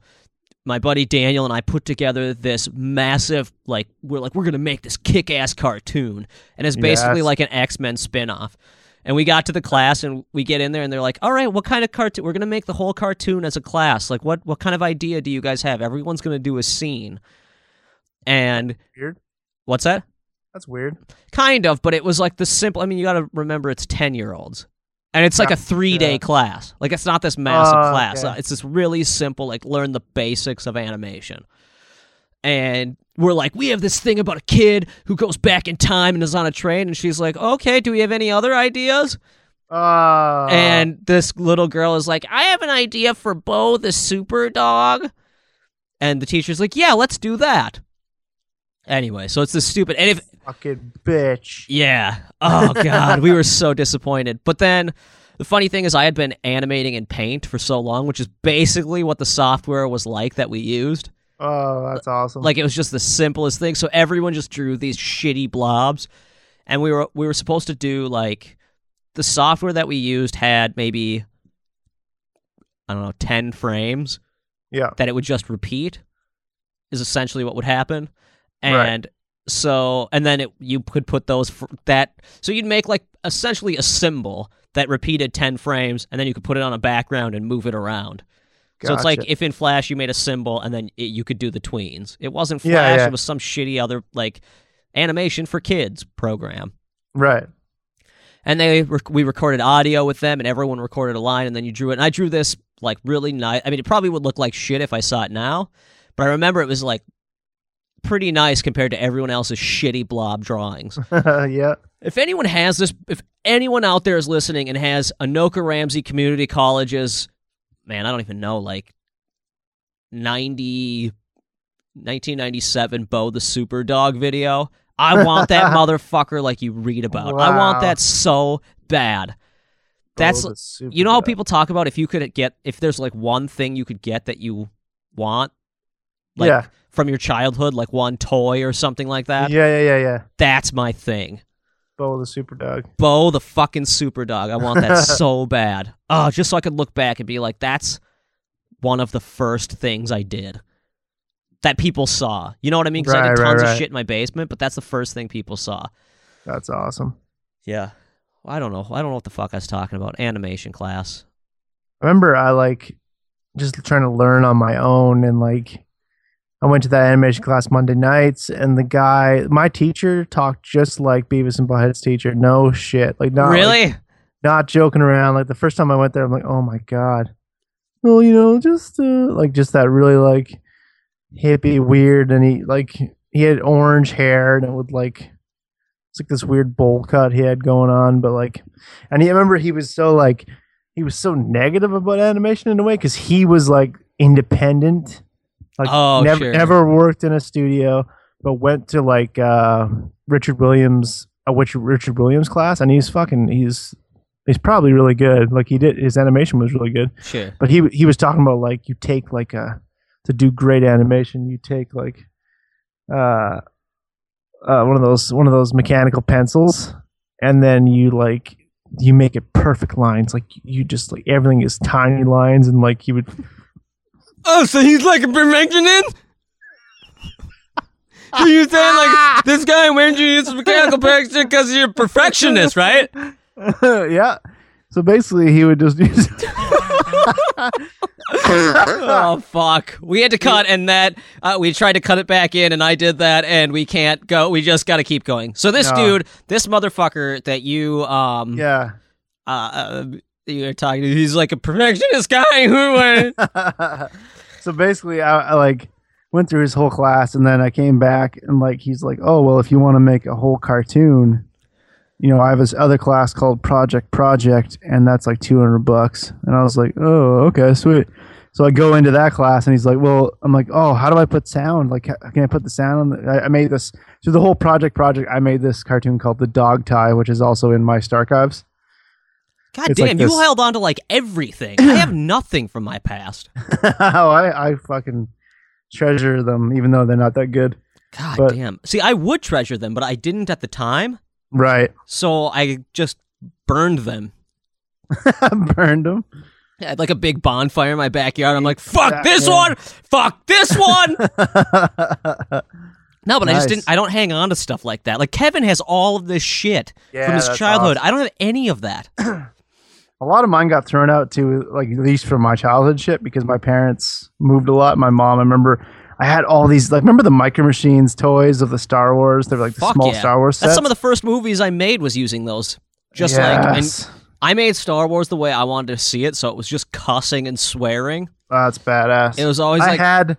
my buddy Daniel and I put together this massive like we're like we're going to make this kick-ass cartoon, and it's basically Yes. like an X-Men spin-off. And we got to the class and we get in there and they're like, "All right, what kind of cartoon? We're going to make the whole cartoon as a class. Like what what kind of idea do you guys have? Everyone's going to do a scene." And Weird. what's that? That's weird. kind of but it was like the simple i mean you got to remember it's 10 year olds and it's like a three day yeah. class like it's not this massive Oh, class Uh, okay. it's this really simple like learn the basics of animation and we're like we have this thing about a kid who goes back in time and is on a train and she's like okay do we have any other ideas Uh, and this little girl is like i have an idea for bo the super dog and the teacher's like yeah let's do that anyway so it's this stupid and if fucking bitch. yeah. Oh god, we were so disappointed. But then the funny thing is I had been animating in Paint for so long, which is basically what the software was like that we used. Oh, that's awesome. Like it was just the simplest thing. So everyone just drew these shitty blobs and we were we were supposed to do like the software that we used had maybe I don't know, 10 frames yeah. that it would just repeat is essentially what would happen Right. and so and then it, you could put those fr- that so you'd make like essentially a symbol that repeated 10 frames and then you could put it on a background and move it around so it's like Gotcha. if in flash you made a symbol and then it, you could do the tweens it wasn't flash Yeah, yeah. it was some shitty other like animation for kids program right. and they rec- we recorded audio with them and everyone recorded a line and then you drew it and i drew this like really nice i mean it probably would look like shit if i saw it now but i remember it was like pretty nice compared to everyone else's shitty blob drawings yeah. if anyone has this if anyone out there is listening and has anoka ramsey community colleges man i don't even know like 90 1997 bo the super dog video i want that motherfucker like you read about i want Wow. that so bad that's Oh, super you know how dope. people talk about if you could get if there's like one thing you could get that you want like yeah. from your childhood like one toy or something like that yeah. Yeah. Yeah. Yeah. that's my thing Bo the super dog. Bo the fucking super dog. I want that so bad. Oh, just so I could look back and be like, that's one of the first things I did that people saw. You know what I mean? Because I Right, did right, tons of right. shit in my basement, but that's the first thing people saw. That's awesome. Yeah. I don't know. I don't know what the fuck I was talking about. Animation class. I remember I like just trying to learn on my own and like I went to that animation class Monday nights and the guy my teacher talked just like Beavis and Butthead's teacher. No shit. Like not like, really? not joking around. Like the first time I went there, I'm like, oh my god. Well, you know, just uh, like just that really like hippie weird, and he like he had orange hair, and it would like it's like this weird bowl cut he had going on, but like, and he I remember he was so like he was so negative about animation in a way because he was like independent, like Oh, never sure. never worked in a studio, but went to like uh, Richard Williams. A which Richard Williams class, and he's fucking, he's he's probably really good. Like he did, his animation was really good. Sure. But he he was talking about like you take like a to do great animation, you take like uh, uh one of those one of those mechanical pencils, and then you like you make it perfect lines. Like you just like everything is tiny lines, and like you would Oh, so he's like a perfectionist? Are you saying Ah! like this guy went to use mechanical picture because you're a perfectionist, right? yeah. So basically, he would just use. oh fuck we had to cut and that uh, we tried to cut it back in and i did that and we can't go we just gotta keep going so this No. dude this motherfucker that you um yeah. uh, uh you're talking to he's like a perfectionist guy who uh, so basically, I, I like went through his whole class, and then I came back, and like he's like, "Oh well, if you want to make a whole cartoon, you know, I have this other class called Project Project, and that's like two hundred bucks." And I was like, "Oh, okay, sweet." So I go into that class, and he's like, "Well, I'm like, oh, how do I put sound? Like, how, can I put the sound on?" The, I, I made this through the whole Project Project. I made this cartoon called The Dog Tie, which is also in my Starchives. God It's like damn, you this- held on to like everything. I have nothing from my past. oh, I, I fucking treasure them, even though they're not that good. God But- damn. See, I would treasure them, but I didn't at the time, Right. so I just burned them. Burned them. I had like a big bonfire in my backyard. I'm like, fuck Exactly. this one, fuck this one. No, but I just Nice. didn't. I don't hang on to stuff like that. Like Kevin has all of this shit Yeah, from his that's childhood. I don't have any of that. a lot of mine got thrown out too, like at least for my childhood shit, because my parents moved a lot. My mom, I remember I had all these, like, remember the micro machines toys of the Star Wars? They're like the Fuck small yeah. Star Wars sets. That's some of the first movies I made was using those. Just like and yes. I made Star Wars the way I wanted to see it, so it was just cussing and swearing. That's badass. It was always I like had.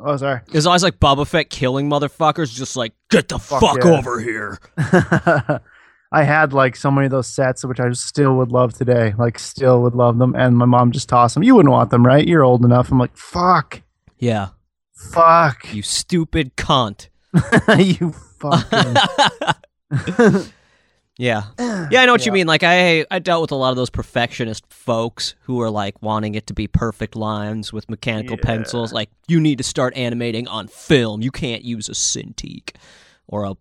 Oh, sorry. it was always like Boba Fett killing motherfuckers, just like get the fuck, Fuck yeah. over here. I had like so many of those sets, which I still would love today. Like, still would love them. And my mom just tossed them. You wouldn't want them, right? You're old enough. I'm like, fuck, Yeah, fuck, you stupid cunt. you fucking. Yeah. Yeah, I know what you mean. Like I I dealt with a lot of those perfectionist folks who are like wanting it to be perfect lines with mechanical pencils. Like you need to start animating on film. You can't use a Cintiq or a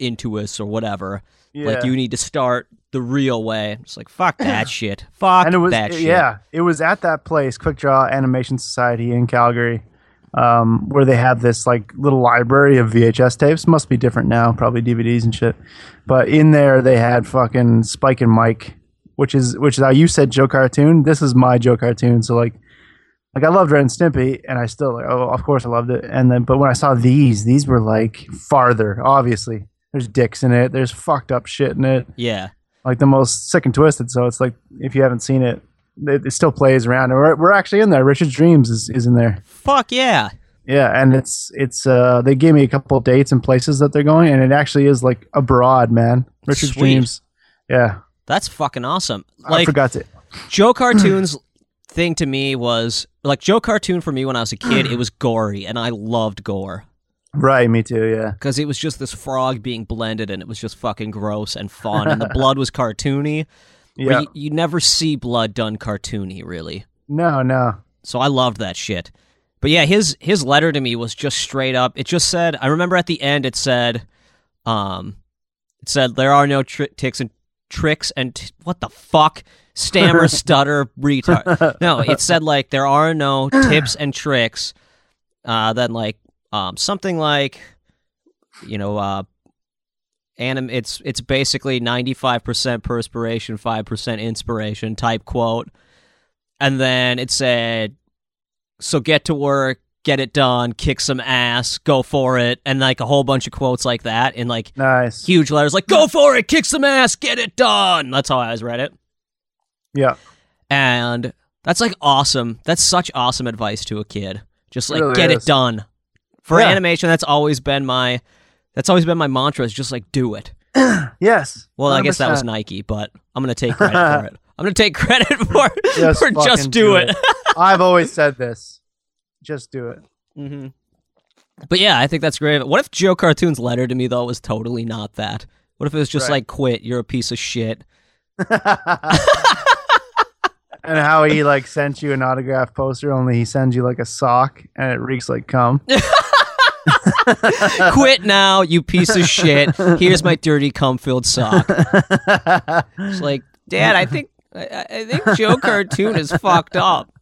Intuos or whatever. Like Yeah. you need to start the real way. It's like fuck that shit. Fuck and it was that shit. yeah it was at that place quick draw animation society in calgary um, where they had this like little library of vhs tapes must be different now probably dvds and shit but in there they had fucking spike and mike which is which is how you said joe cartoon this is my joe cartoon so like like I loved Red and Stimpy, and I still like, oh, of course I loved it. And then, but when I saw these, these were like farther. Obviously, there's dicks in it. There's fucked up shit in it Yeah. like the most sick and twisted. So it's like if you haven't seen it, it, it still plays around. And we're, we're actually in there. Richard's Dreams is, is in there. Fuck yeah. Yeah, and it's it's uh they gave me a couple of dates and places that they're going, and it actually is like abroad, man. Richard's Sweet. Dreams. Yeah, That's fucking awesome. I Like forgot to. Joe Cartoon's thing to me was like Joe Cartoon for me when I was a kid, it was gory and I loved gore. Right, me too. Yeah, because it was just this frog being blended and it was just fucking gross and fun and the blood was cartoony yeah. you, you never see blood done cartoony really no, no. so i loved that shit but yeah his his letter to me was just straight up it just said i remember at the end it said um it said there are no tri- ticks and tricks and t- what the fuck stammer stutter retard no it said like there are no tips and tricks uh then like um something like you know uh anim it's it's basically 95% perspiration 5% inspiration type quote and then it said so get to work get it done kick some ass go for it and like a whole bunch of quotes like that and like Nice. huge letters like go for it kick some ass get it done that's how i always read it Yeah, and that's like awesome that's such awesome advice to a kid just like Really get is. it done for Yeah. animation that's always been my that's always been my mantra is just like do it yes. well i guess that was 100%. nike but i'm gonna take credit for it i'm gonna take credit for, Just for fucking just do it, I've always said this. Just do it. hmm but yeah i think that's great what if joe cartoon's letter to me though was totally not that what if it was just Right. like quit you're a piece of shit and how he like sent you an autograph poster, only he sends you like a sock, and it reeks like cum. quit now, you piece of shit. Here's my dirty cum filled sock. It's like, Dad, I think I, I- I think Joe Cartoon is fucked up.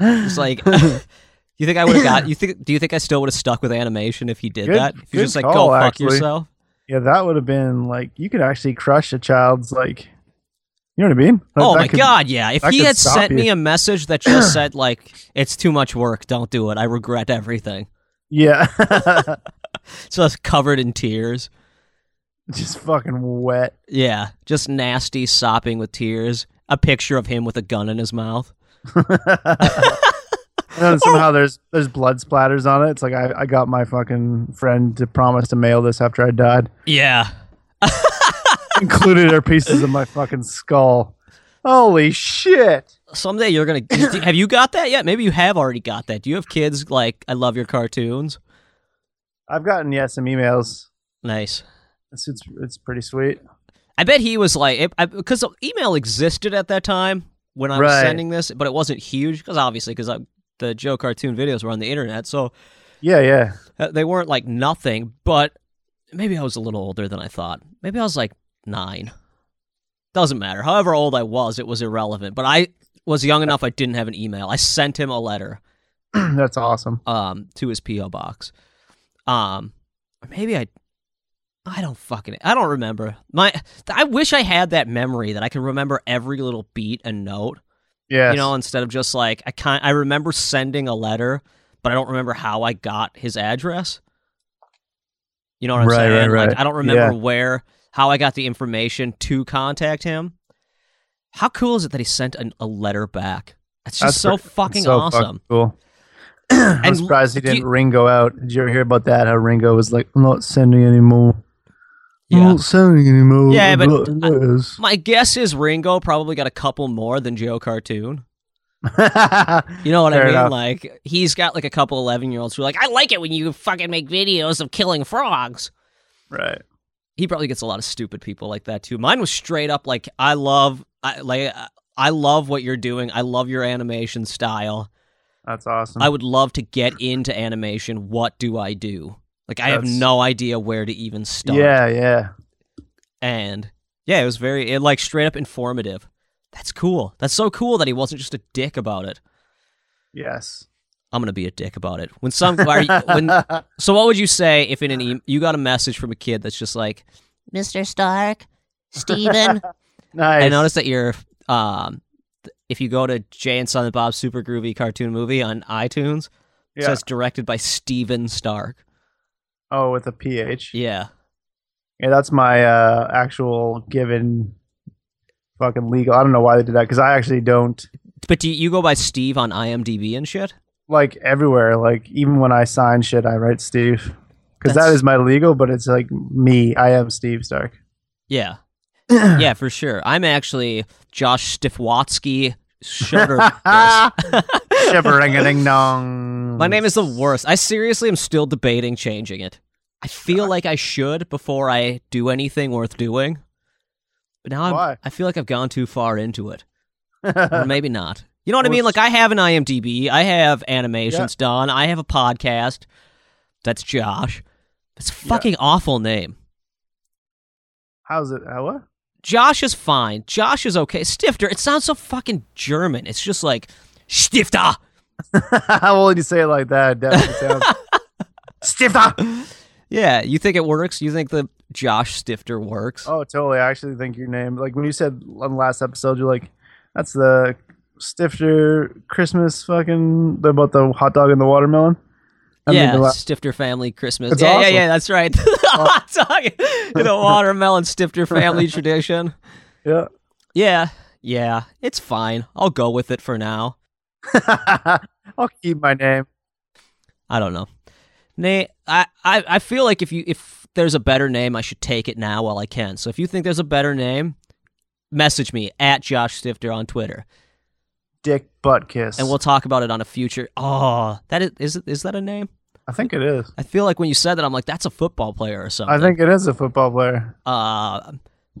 It's like you think I would have got you think do you think I still would have stuck with animation if he did Good- that? If he was good just like call, go fuck actually. yourself. yeah, that would have been like you could actually crush a child's like, you know what I mean? Like, oh that my could- god, yeah. If that he could had stop sent you. me a message that just said like it's too much work, don't do it. I regret everything. Yeah, So it's covered in tears. just fucking wet. Yeah, just nasty sopping with tears. A picture of him with a gun in his mouth. And then somehow there's there's blood splatters on it. It's like I, I got my fucking friend to promise to mail this after I died. Yeah. Included are pieces of my fucking skull. Holy shit! Someday you're gonna. have you got that yet? Maybe you have already got that. Do you have kids? Like, I love your cartoons. I've gotten yeah some emails. Nice. It's it's, it's pretty sweet. I bet he was like, because email existed at that time when I was Right. sending this, but it wasn't huge because obviously because the Joe cartoon videos were on the internet, so Yeah, yeah. uh, they weren't like nothing. But maybe I was a little older than I thought. Maybe I was like nine. Doesn't matter. However old I was, it was irrelevant. But I was young enough. I didn't have an email. I sent him a letter That's awesome. um to his PO box. Um or maybe I I don't fucking I don't remember. My I wish I had that memory that I could remember every little beat and note, Yeah. you know, instead of just like I can I remember sending a letter, but I don't remember how I got his address. You know what I'm Right, saying? right, Like right. I don't remember Yeah. where how I got the information to contact him. How cool is it that he sent an, a letter back? It's just That's so pretty- fucking so awesome. fucking cool. I'm And surprised he do you- didn't Ringo out. Did you ever hear about that? How Ringo was like, "I'm not sending anymore. I'm Yeah. not sending anymore." Yeah, but Look, letters." My guess is Ringo probably got a couple more than Joe Cartoon. You know what I Fair mean? enough. Like he's got like a couple eleven year olds who are like, I like it when you fucking make videos of killing frogs. right. He probably gets a lot of stupid people like that too. Mine was straight up like, I love, I like, I love what you're doing. I love your animation style. That's awesome. I would love to get into animation. What do I do? Like I have That's- no idea where to even start. Yeah, yeah. and yeah, it was very it, like straight up informative. That's cool. That's so cool that he wasn't just a dick about it. Yes. I'm gonna be a dick about it. When some are you- when so, what would you say if in an e- you got a message from a kid that's just like, Mr. Stark, Steven, nice. I noticed that you're um, th- if you go to Jay and Silent Bob's Super Groovy Cartoon Movie on iTunes, it Yeah. says directed by Steven Stark. oh, with a PH. Yeah, Yeah, that's my uh, actual given fucking legal. I don't know why they did that because I actually don't but do you, you go by Steve on IMDb and shit? like everywhere. Like even when I sign shit, I write Steve because that That's- is my legal. But it's like me. I am Steve Stark. Yeah. yeah, for sure. I'm actually Josh Stifwatsky Shudder. Shivering dong. My name is the worst. I seriously am still debating changing it. I feel like I should before I do anything worth doing. But now I'm, Why? I feel like I've gone too far into it. Or maybe not. You know what I mean? Like I have an IMDb, I have animations done, I have a podcast. That's Josh. It's a fucking awful name. How's it? How what? Josh is fine. Josh is okay. Stifter, it sounds so fucking German. It's just like Stifter. How old you say it like that? it Definitely sounds. Stifter. Yeah, you think it works? You think the Josh Stifter works? Oh, totally. I actually think your name. Like when you said on the last episode, you're like, "That's the Stifter Christmas fucking about the hot dog and the watermelon." I mean, yeah, the la- Stifter family Christmas. That's yeah, yeah, awesome. yeah, that's right. Hot dog in a watermelon Stifter family tradition. yeah. Yeah, yeah, it's fine. I'll go with it for now. I'll keep my name. I don't know. Nate, I, I, I feel like if you if there's a better name, I should take it now while I can. So if you think there's a better name, message me at Josh Stifter on Twitter, Dick butt kiss. and we'll talk about it on a future. Oh, that is is, is that a name? I think it is. I feel like when you said that, I'm like, that's a football player or something. I think it is a football player. uh,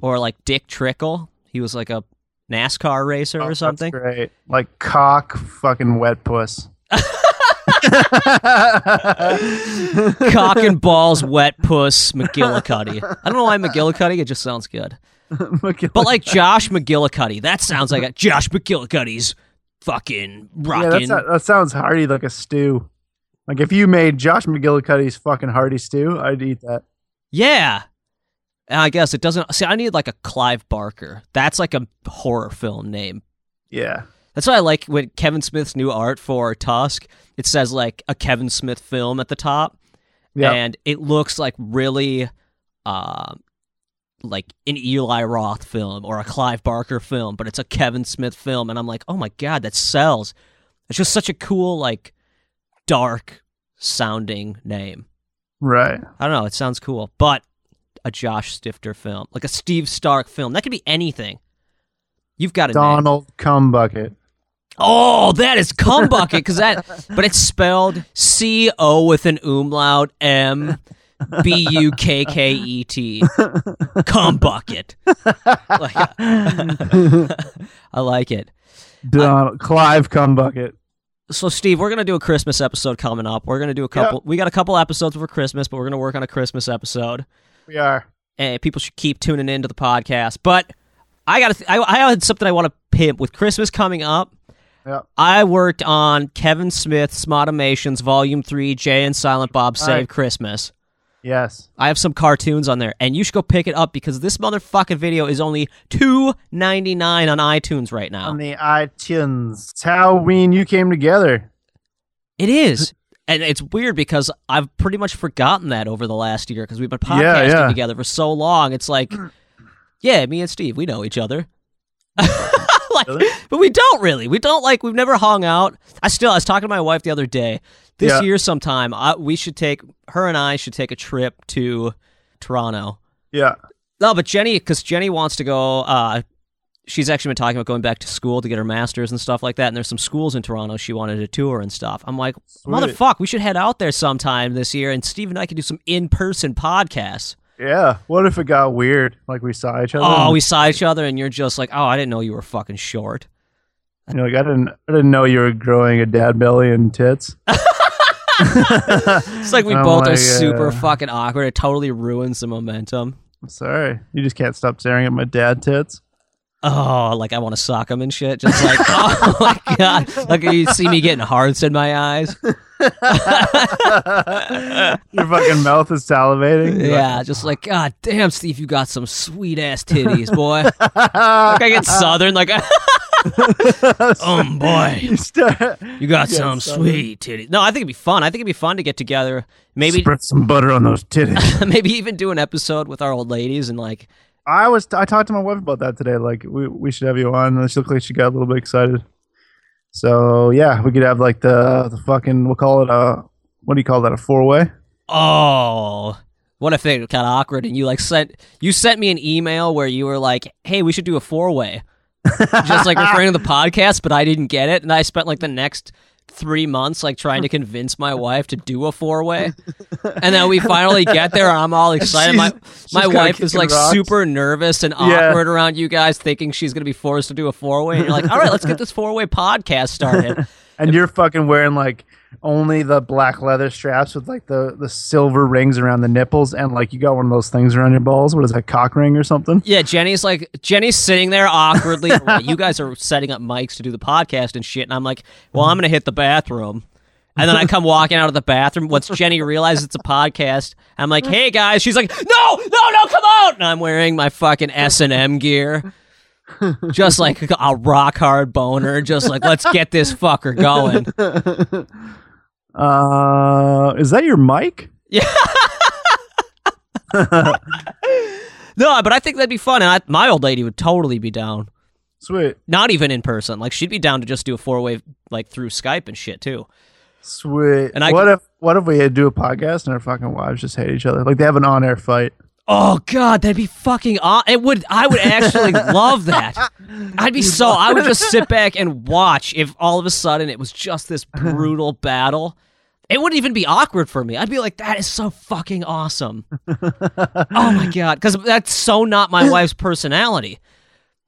or like Dick Trickle. He was like a NASCAR racer Oh, or that's something. great. Like cock, fucking wet puss. Cock and balls, wet puss, McGillicuddy. I don't know why McGillicuddy. It just sounds good. But like Josh McGillicuddy, that sounds like a Josh McGillicuddy's fucking yeah, rockin'. that's not, that sounds hearty like a stew. Like if you made Josh McGillicuddy's fucking hearty stew, I'd eat that. yeah. And I guess it doesn't. See, I need like a Clive Barker. That's like a horror film name. Yeah. That's why I like when Kevin Smith's new art for Tusk. It says like a Kevin Smith film at the top. Yeah. and it looks like really uh, like an Eli Roth film or a Clive Barker film, but it's a Kevin Smith film, and I'm like, oh my god, that sells. It's just such a cool, like, dark sounding name. right. I don't know, it sounds cool, but a Josh Stifter film, like a Steve Stark film, that could be anything. You've got a name. Donald Cumbucket. Oh, that is cum bucket because that, but it's spelled C O with an umlaut M B U K K E T. Cum bucket. Like, I like it. Donald, Clive Cumbucket. So Steve, we're gonna do a Christmas episode coming up. We're gonna do a couple. We got a couple episodes for Christmas, but we're gonna work on a Christmas episode. We are. and people should keep tuning into the podcast. But I got th- I, I had something I want to pimp with Christmas coming up. Yeah. I worked on Kevin Smith's Smodimations Volume Three: Jay and Silent Bob Save Right. Christmas. Yes. I have some cartoons on there, and you should go pick it up because this motherfucking video is only two ninety nine on iTunes right now. On the iTunes. It's how we and you came together. it is. And it's weird because I've pretty much forgotten that over the last year because we've been podcasting Yeah, yeah. together for so long. It's like, yeah, me and Steve, we know each other. like, Really? but we don't really. We don't like. We've never hung out. I still. I was talking to my wife the other day. This Yeah. year, sometime, I, we should take her and I should take a trip to Toronto. Yeah. No, but Jenny, because Jenny wants to go. Uh, she's actually been talking about going back to school to get her master's and stuff like that. And there's some schools in Toronto she wanted to tour and stuff. I'm like, motherfuck, we should head out there sometime this year, and Steve and I could do some in person podcasts. Yeah. What if it got weird? Like we saw each other. Oh, and- we saw each other, and you're just like, oh, I didn't know you were fucking short. You know, like I didn't, I didn't know you were growing a dad belly and tits. It's like we I'm both are like, super uh, fucking awkward. It totally ruins the momentum. I'm sorry, you just can't stop staring at my dad tits. Oh, like I want to sock him and shit. Just like, oh my god, like you see me getting hearts in my eyes. Your fucking mouth is salivating. You're Yeah, just like God damn, Steve, you got some sweet ass titties, boy. like like, I get southern, like, um, boy, You start- you got Yeah, some Southern. sweet titties. No, I think it'd be fun. I think it'd be fun to get together, maybe, Spread some butter on those titties. maybe even do an episode with our old ladies and like, I was, I talked to my wife about that today. Like, we, we should have you on. And she looked like she got a little bit excited. So yeah, we could have like the the fucking we'll call it a what do you call that a four way? oh. What if they got awkward and you like sent you sent me an email where you were like, "Hey, we should do a four way," just like referring to the podcast, but I didn't get it, and I spent like the next three months like trying to convince my wife to do a four way, and then we finally get there. I'm all excited. my She's- my she's kinda wife is kicking like rocks. super nervous and Yeah. awkward around you guys, thinking she's gonna be forced to do a four way. You're like, "All right, let's get this four way podcast started." And you're fucking wearing like only the black leather straps with like the, the silver rings around the nipples, and like you got one of those things around your balls. What is that, cock ring or something? Yeah, Jenny's like Jenny's sitting there awkwardly. like, you guys are setting up mics to do the podcast and shit, and I'm like, well, I'm gonna hit the bathroom, and then I come walking out of the bathroom. Once Jenny realizes it's a podcast, I'm like, hey guys, she's like, no, no, no, come out, and I'm wearing my fucking S and M gear, just like a rock hard boner, just like let's get this fucker going. Uh, is that your mic? No, but I think that'd be fun, and I, my old lady would totally be down. Sweet, Not even in person, like she'd be down to just do a four way like through Skype and shit too. sweet. And I what can- if what if we do a podcast and our fucking wives just hate each other? Like they have an on air fight. Oh God, that'd be fucking. Aw- it would. I would actually love that. I'd be so. I would just sit back and watch. If all of a sudden it was just this brutal battle, it wouldn't even be awkward for me. I'd be like, "That is so fucking awesome." oh my God, because that's so not my wife's personality.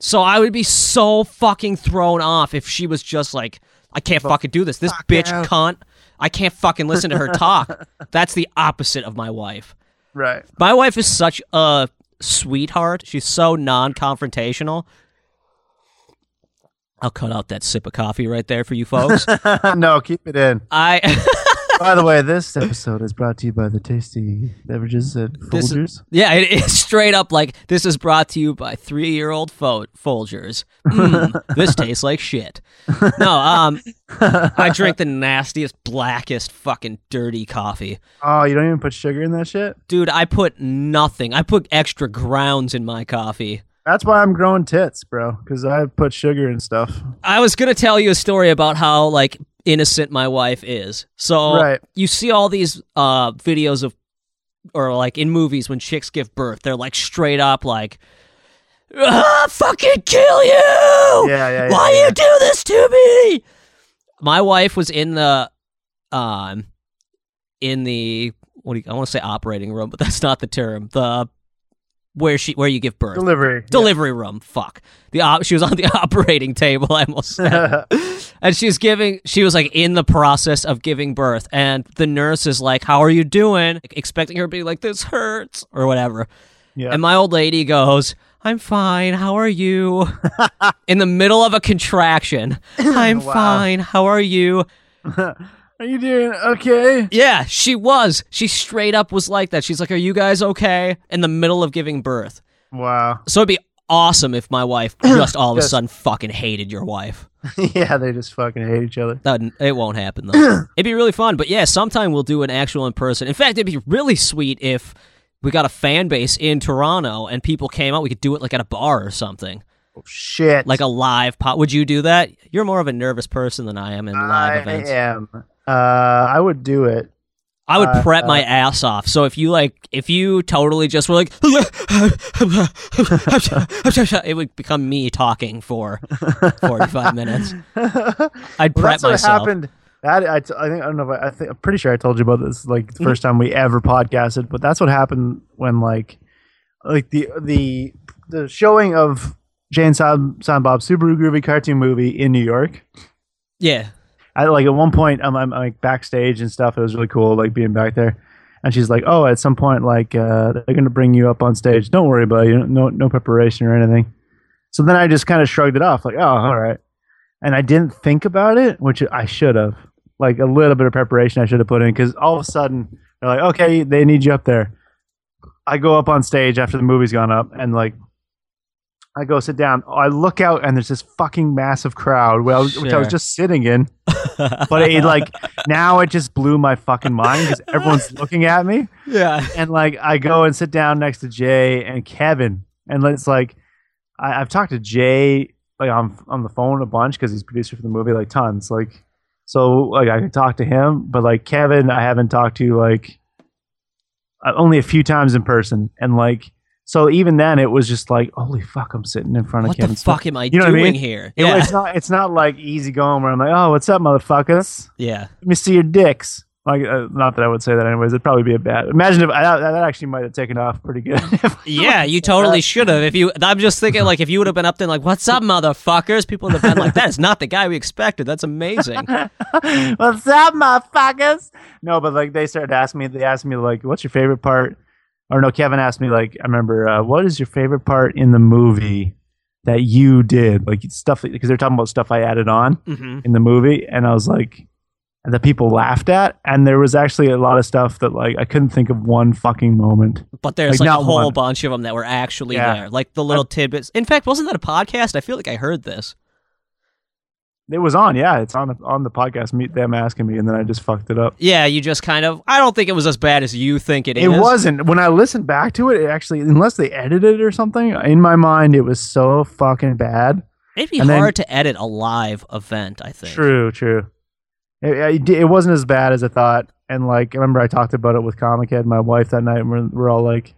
So I would be so fucking thrown off if she was just like, "I can't fucking do this. This bitch yeah. cunt. I can't fucking listen to her talk." That's the opposite of my wife. Right. My wife is such a sweetheart. She's so non-confrontational. I'll cut out that sip of coffee right there for you folks. no, keep it in. I By the way, this episode is brought to you by the tasty beverages at This Folgers. yeah, it is straight up like this is brought to you by three-year-old fo- Folgers. Mm, this tastes like shit. No, um, I drink the nastiest, blackest, fucking dirty coffee, Oh, you don't even put sugar in that shit. dude. I put nothing. I put extra grounds in my coffee. That's why I'm growing tits, bro. Because I put sugar and stuff. I was gonna tell you a story about how like innocent my wife is. So Right. you see all these uh videos of or like in movies when chicks give birth, they're like straight up like ah, fucking kill you. Yeah, yeah, yeah, Why yeah. you do this to me? My wife was in the um in the what do you, I want to say operating room, but that's not the term. The where she where you give birth. Delivery. Delivery room. Fuck. The op- she was on the operating table. I almost said. Yeah. and she's giving she was like in the process of giving birth and the nurse is like how are you doing like, expecting her to be like this hurts or whatever Yeah. and my old lady goes i'm fine how are you in the middle of a contraction i'm Wow. fine how are you Are you doing okay? yeah she was she straight up was like that she's like are you guys okay in the middle of giving birth Wow. so it'd be awesome if my wife just all of a Yes. sudden fucking hated your wife yeah, they just fucking hate each other. That wouldn't- it won't happen though. it'd be really fun, but yeah, sometime we'll do an actual in person. In fact, it'd be really sweet if we got a fan base in Toronto and people came out. We could do it like at a bar or something, Oh, shit. like a live pot. Would you do that? You're more of a nervous person than I am in live I events. am. Uh, I would do it. I would uh, prep my ass off. So if you like, if you totally just were like, it would become me talking for 45 minutes. I'd Well, prep that's what myself. happened. That, I, t- I think I don't know. If I, I think I'm pretty sure I told you about this. Like the first time we ever podcasted, but that's what happened when like, like the the the showing of Jane Silent Silent Bob Subaru Groovy cartoon movie in New York. Yeah. I like at one point I'm, I'm, like backstage and stuff. It was really cool, like being back there. And she's like, "Oh, at some point, like uh, they're gonna bring you up on stage. Don't worry about it. You know, no no preparation or anything." So then I just kind of shrugged it off, like, "Oh, all right." And I didn't think about it, which I should have. Like a little bit of preparation I should have put in because all of a sudden they're like, "Okay, they need you up there." I go up on stage after the movie's gone up, and like. I go sit down. I look out, and there's this fucking massive crowd, where I was, which I was Sure. just sitting in but it like now it just blew my fucking mind because everyone's looking at me yeah. and like i go and sit down next to jay and kevin and it's like I, i've talked to jay like on, on the phone a bunch because he's producer for the movie like tons like so like i can talk to him but like kevin i haven't talked to like uh, only a few times in person and like so even then it was just like holy fuck i'm sitting in front of What kevin the fuck am I You know what I doing mean? here? It- Yeah. it's not it's not like easy going where i'm like oh what's up motherfuckers yeah. let me see your dicks. Like, uh, not that I would say that anyways. It'd probably be a bad. Imagine if I, that that actually might have taken off pretty good. Yeah, you totally should have. If you, I'm just thinking like if you would have been up there like, "What's up, motherfuckers?" People would have been like, "That is not the guy we expected." That's amazing. What's up, motherfuckers? No, but like they started asking me. They asked me like, "What's your favorite part?" Or no, Kevin asked me like, "I remember uh, what is your favorite part in the movie that you did?" Like stuff because they're talking about stuff I added on. hmm in the movie and I was like that people laughed at and there was actually a lot of stuff that like I couldn't think of one fucking moment. But there's Like, like, a not whole one. bunch of them that were actually Yeah. there, like the little tidbits. In fact, wasn't that a podcast? I feel like I heard this. It was on, yeah, it's on on the podcast meet them asking me and then I just fucked it up. Yeah, you just kind of. I don't think it was as bad as you think it is. It wasn't. When I listened back to it, it actually unless they edited it or something, in my mind it was so fucking bad. It'd be and then- hard to edit a live event. I think. True, true. It, it, it wasn't as bad as I thought. And like, I remember I talked about it with Comic Head, my wife, that night, and we're, we're all like,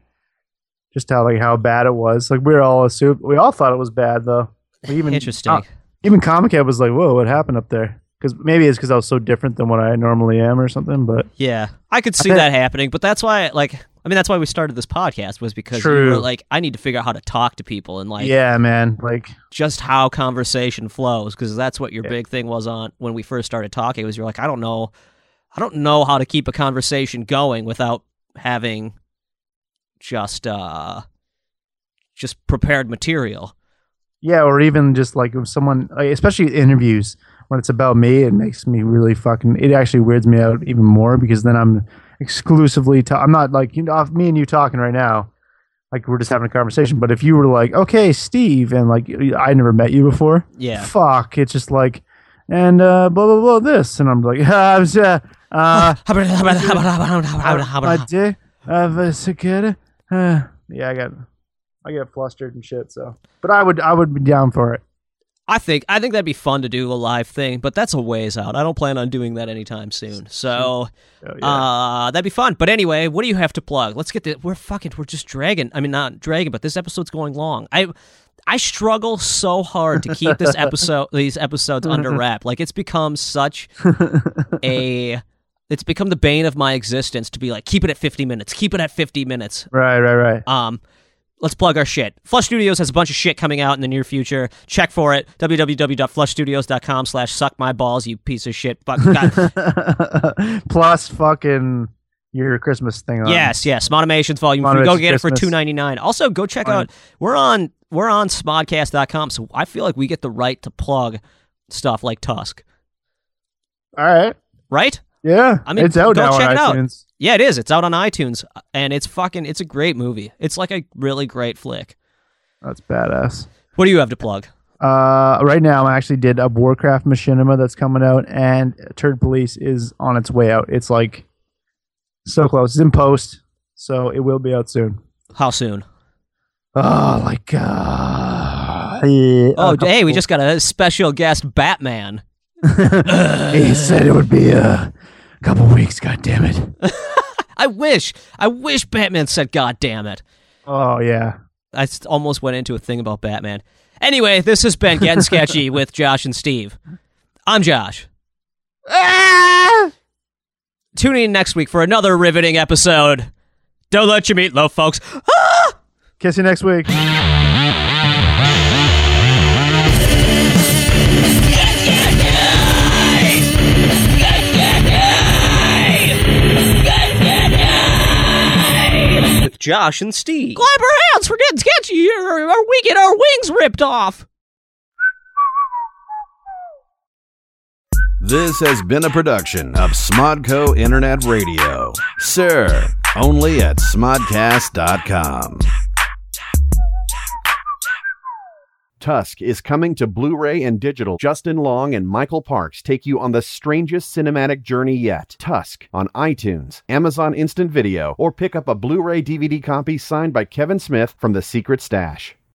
just how like how bad it was. Like we were all assumed, we all thought it was bad though. We even Interesting. uh, even Comic Head was like, "Whoa, what happened up there?" Because maybe it's because I was so different than what I normally am or something. But Yeah, I could see bet- that happening, but that's why, like, I mean, that's why we started this podcast was because you True. were like, I need to figure out how to talk to people and like, yeah, man, like just how conversation flows, because that's what your Yeah. big thing was on when we first started talking. Was you're like, I don't know, I don't know how to keep a conversation going without having just uh just prepared material. yeah, or even just like if someone, like, especially interviews when it's about me, it makes me really fucking. It actually weirds me out even more because then I'm exclusively. Ta- I'm not like you know, me and you talking right now. Like we're just having a conversation, but if you were like, "Okay, Steve," and like I never met you before, Yeah. fuck, it's just like, and uh, blah blah blah, this, and I'm like, I'm just, uh, uh, I did. I've, uh, secured- uh, yeah, I got, I get flustered and shit. So, but I would, I would be down for it. I think I think that'd be fun to do a live thing, but that's a ways out. I don't plan on doing that anytime soon. So So, yeah. Uh, that'd be fun. But anyway, what do you have to plug? Let's get the. We're fucking. We're just dragging. I mean, not dragging, but this episode's going long. I I struggle so hard to keep this episode, these episodes under wrap. Like it's become such a it's become the bane of my existence to be like, keep it at 50 minutes, keep it at 50 minutes. Right, right, right. Um, let's plug our shit. Flush Studios has a bunch of shit coming out in the near future. Check for it. www.flushstudios.com slash suck my balls, you piece of shit. Fuck, God. Plus, fucking your Christmas thing. On. yes, yes. Motivations volume three. Go Motivations get it for Christmas. two ninety nine. Also, go check Fine. out we're on we're on smodcast.com, so I feel like we get the right to plug stuff like Tusk. All right. Right? Yeah. I mean, it's out go now check on it out. iTunes. Yeah, it is. It's out on iTunes, and it's fucking. It's a great movie. It's like a really great flick. That's badass. What do you have to plug? Uh, right now, I actually did a Warcraft machinima that's coming out, and Turd Police is on its way out. It's like so close. It's in post, so it will be out soon. How Uh, soon? Oh, like, uh, Oh, hey, we just got a special guest, Batman. he said it would be a couple weeks. God damn it. I wish, I wish Batman said, "God damn it." Oh yeah. I s- almost went into a thing about Batman. Anyway, this has been Getting Sketchy with Josh and Steve. I'm Josh. Tune in next week for another riveting episode. Don't let your meat loaf, folks. Kiss you next week. with Josh and Steve. Clap our hands for getting sketchy. Or, or we get our wings ripped off. This has been a production of Smodco Internet Radio. Sir, only at smodcast.com. Tusk is coming to Blu ray and digital. Justin Long and Michael Parks take you on the strangest cinematic journey yet. Tusk on iTunes, Amazon Instant Video, or pick up a Blu ray DVD copy signed by Kevin Smith from the Secret Stash.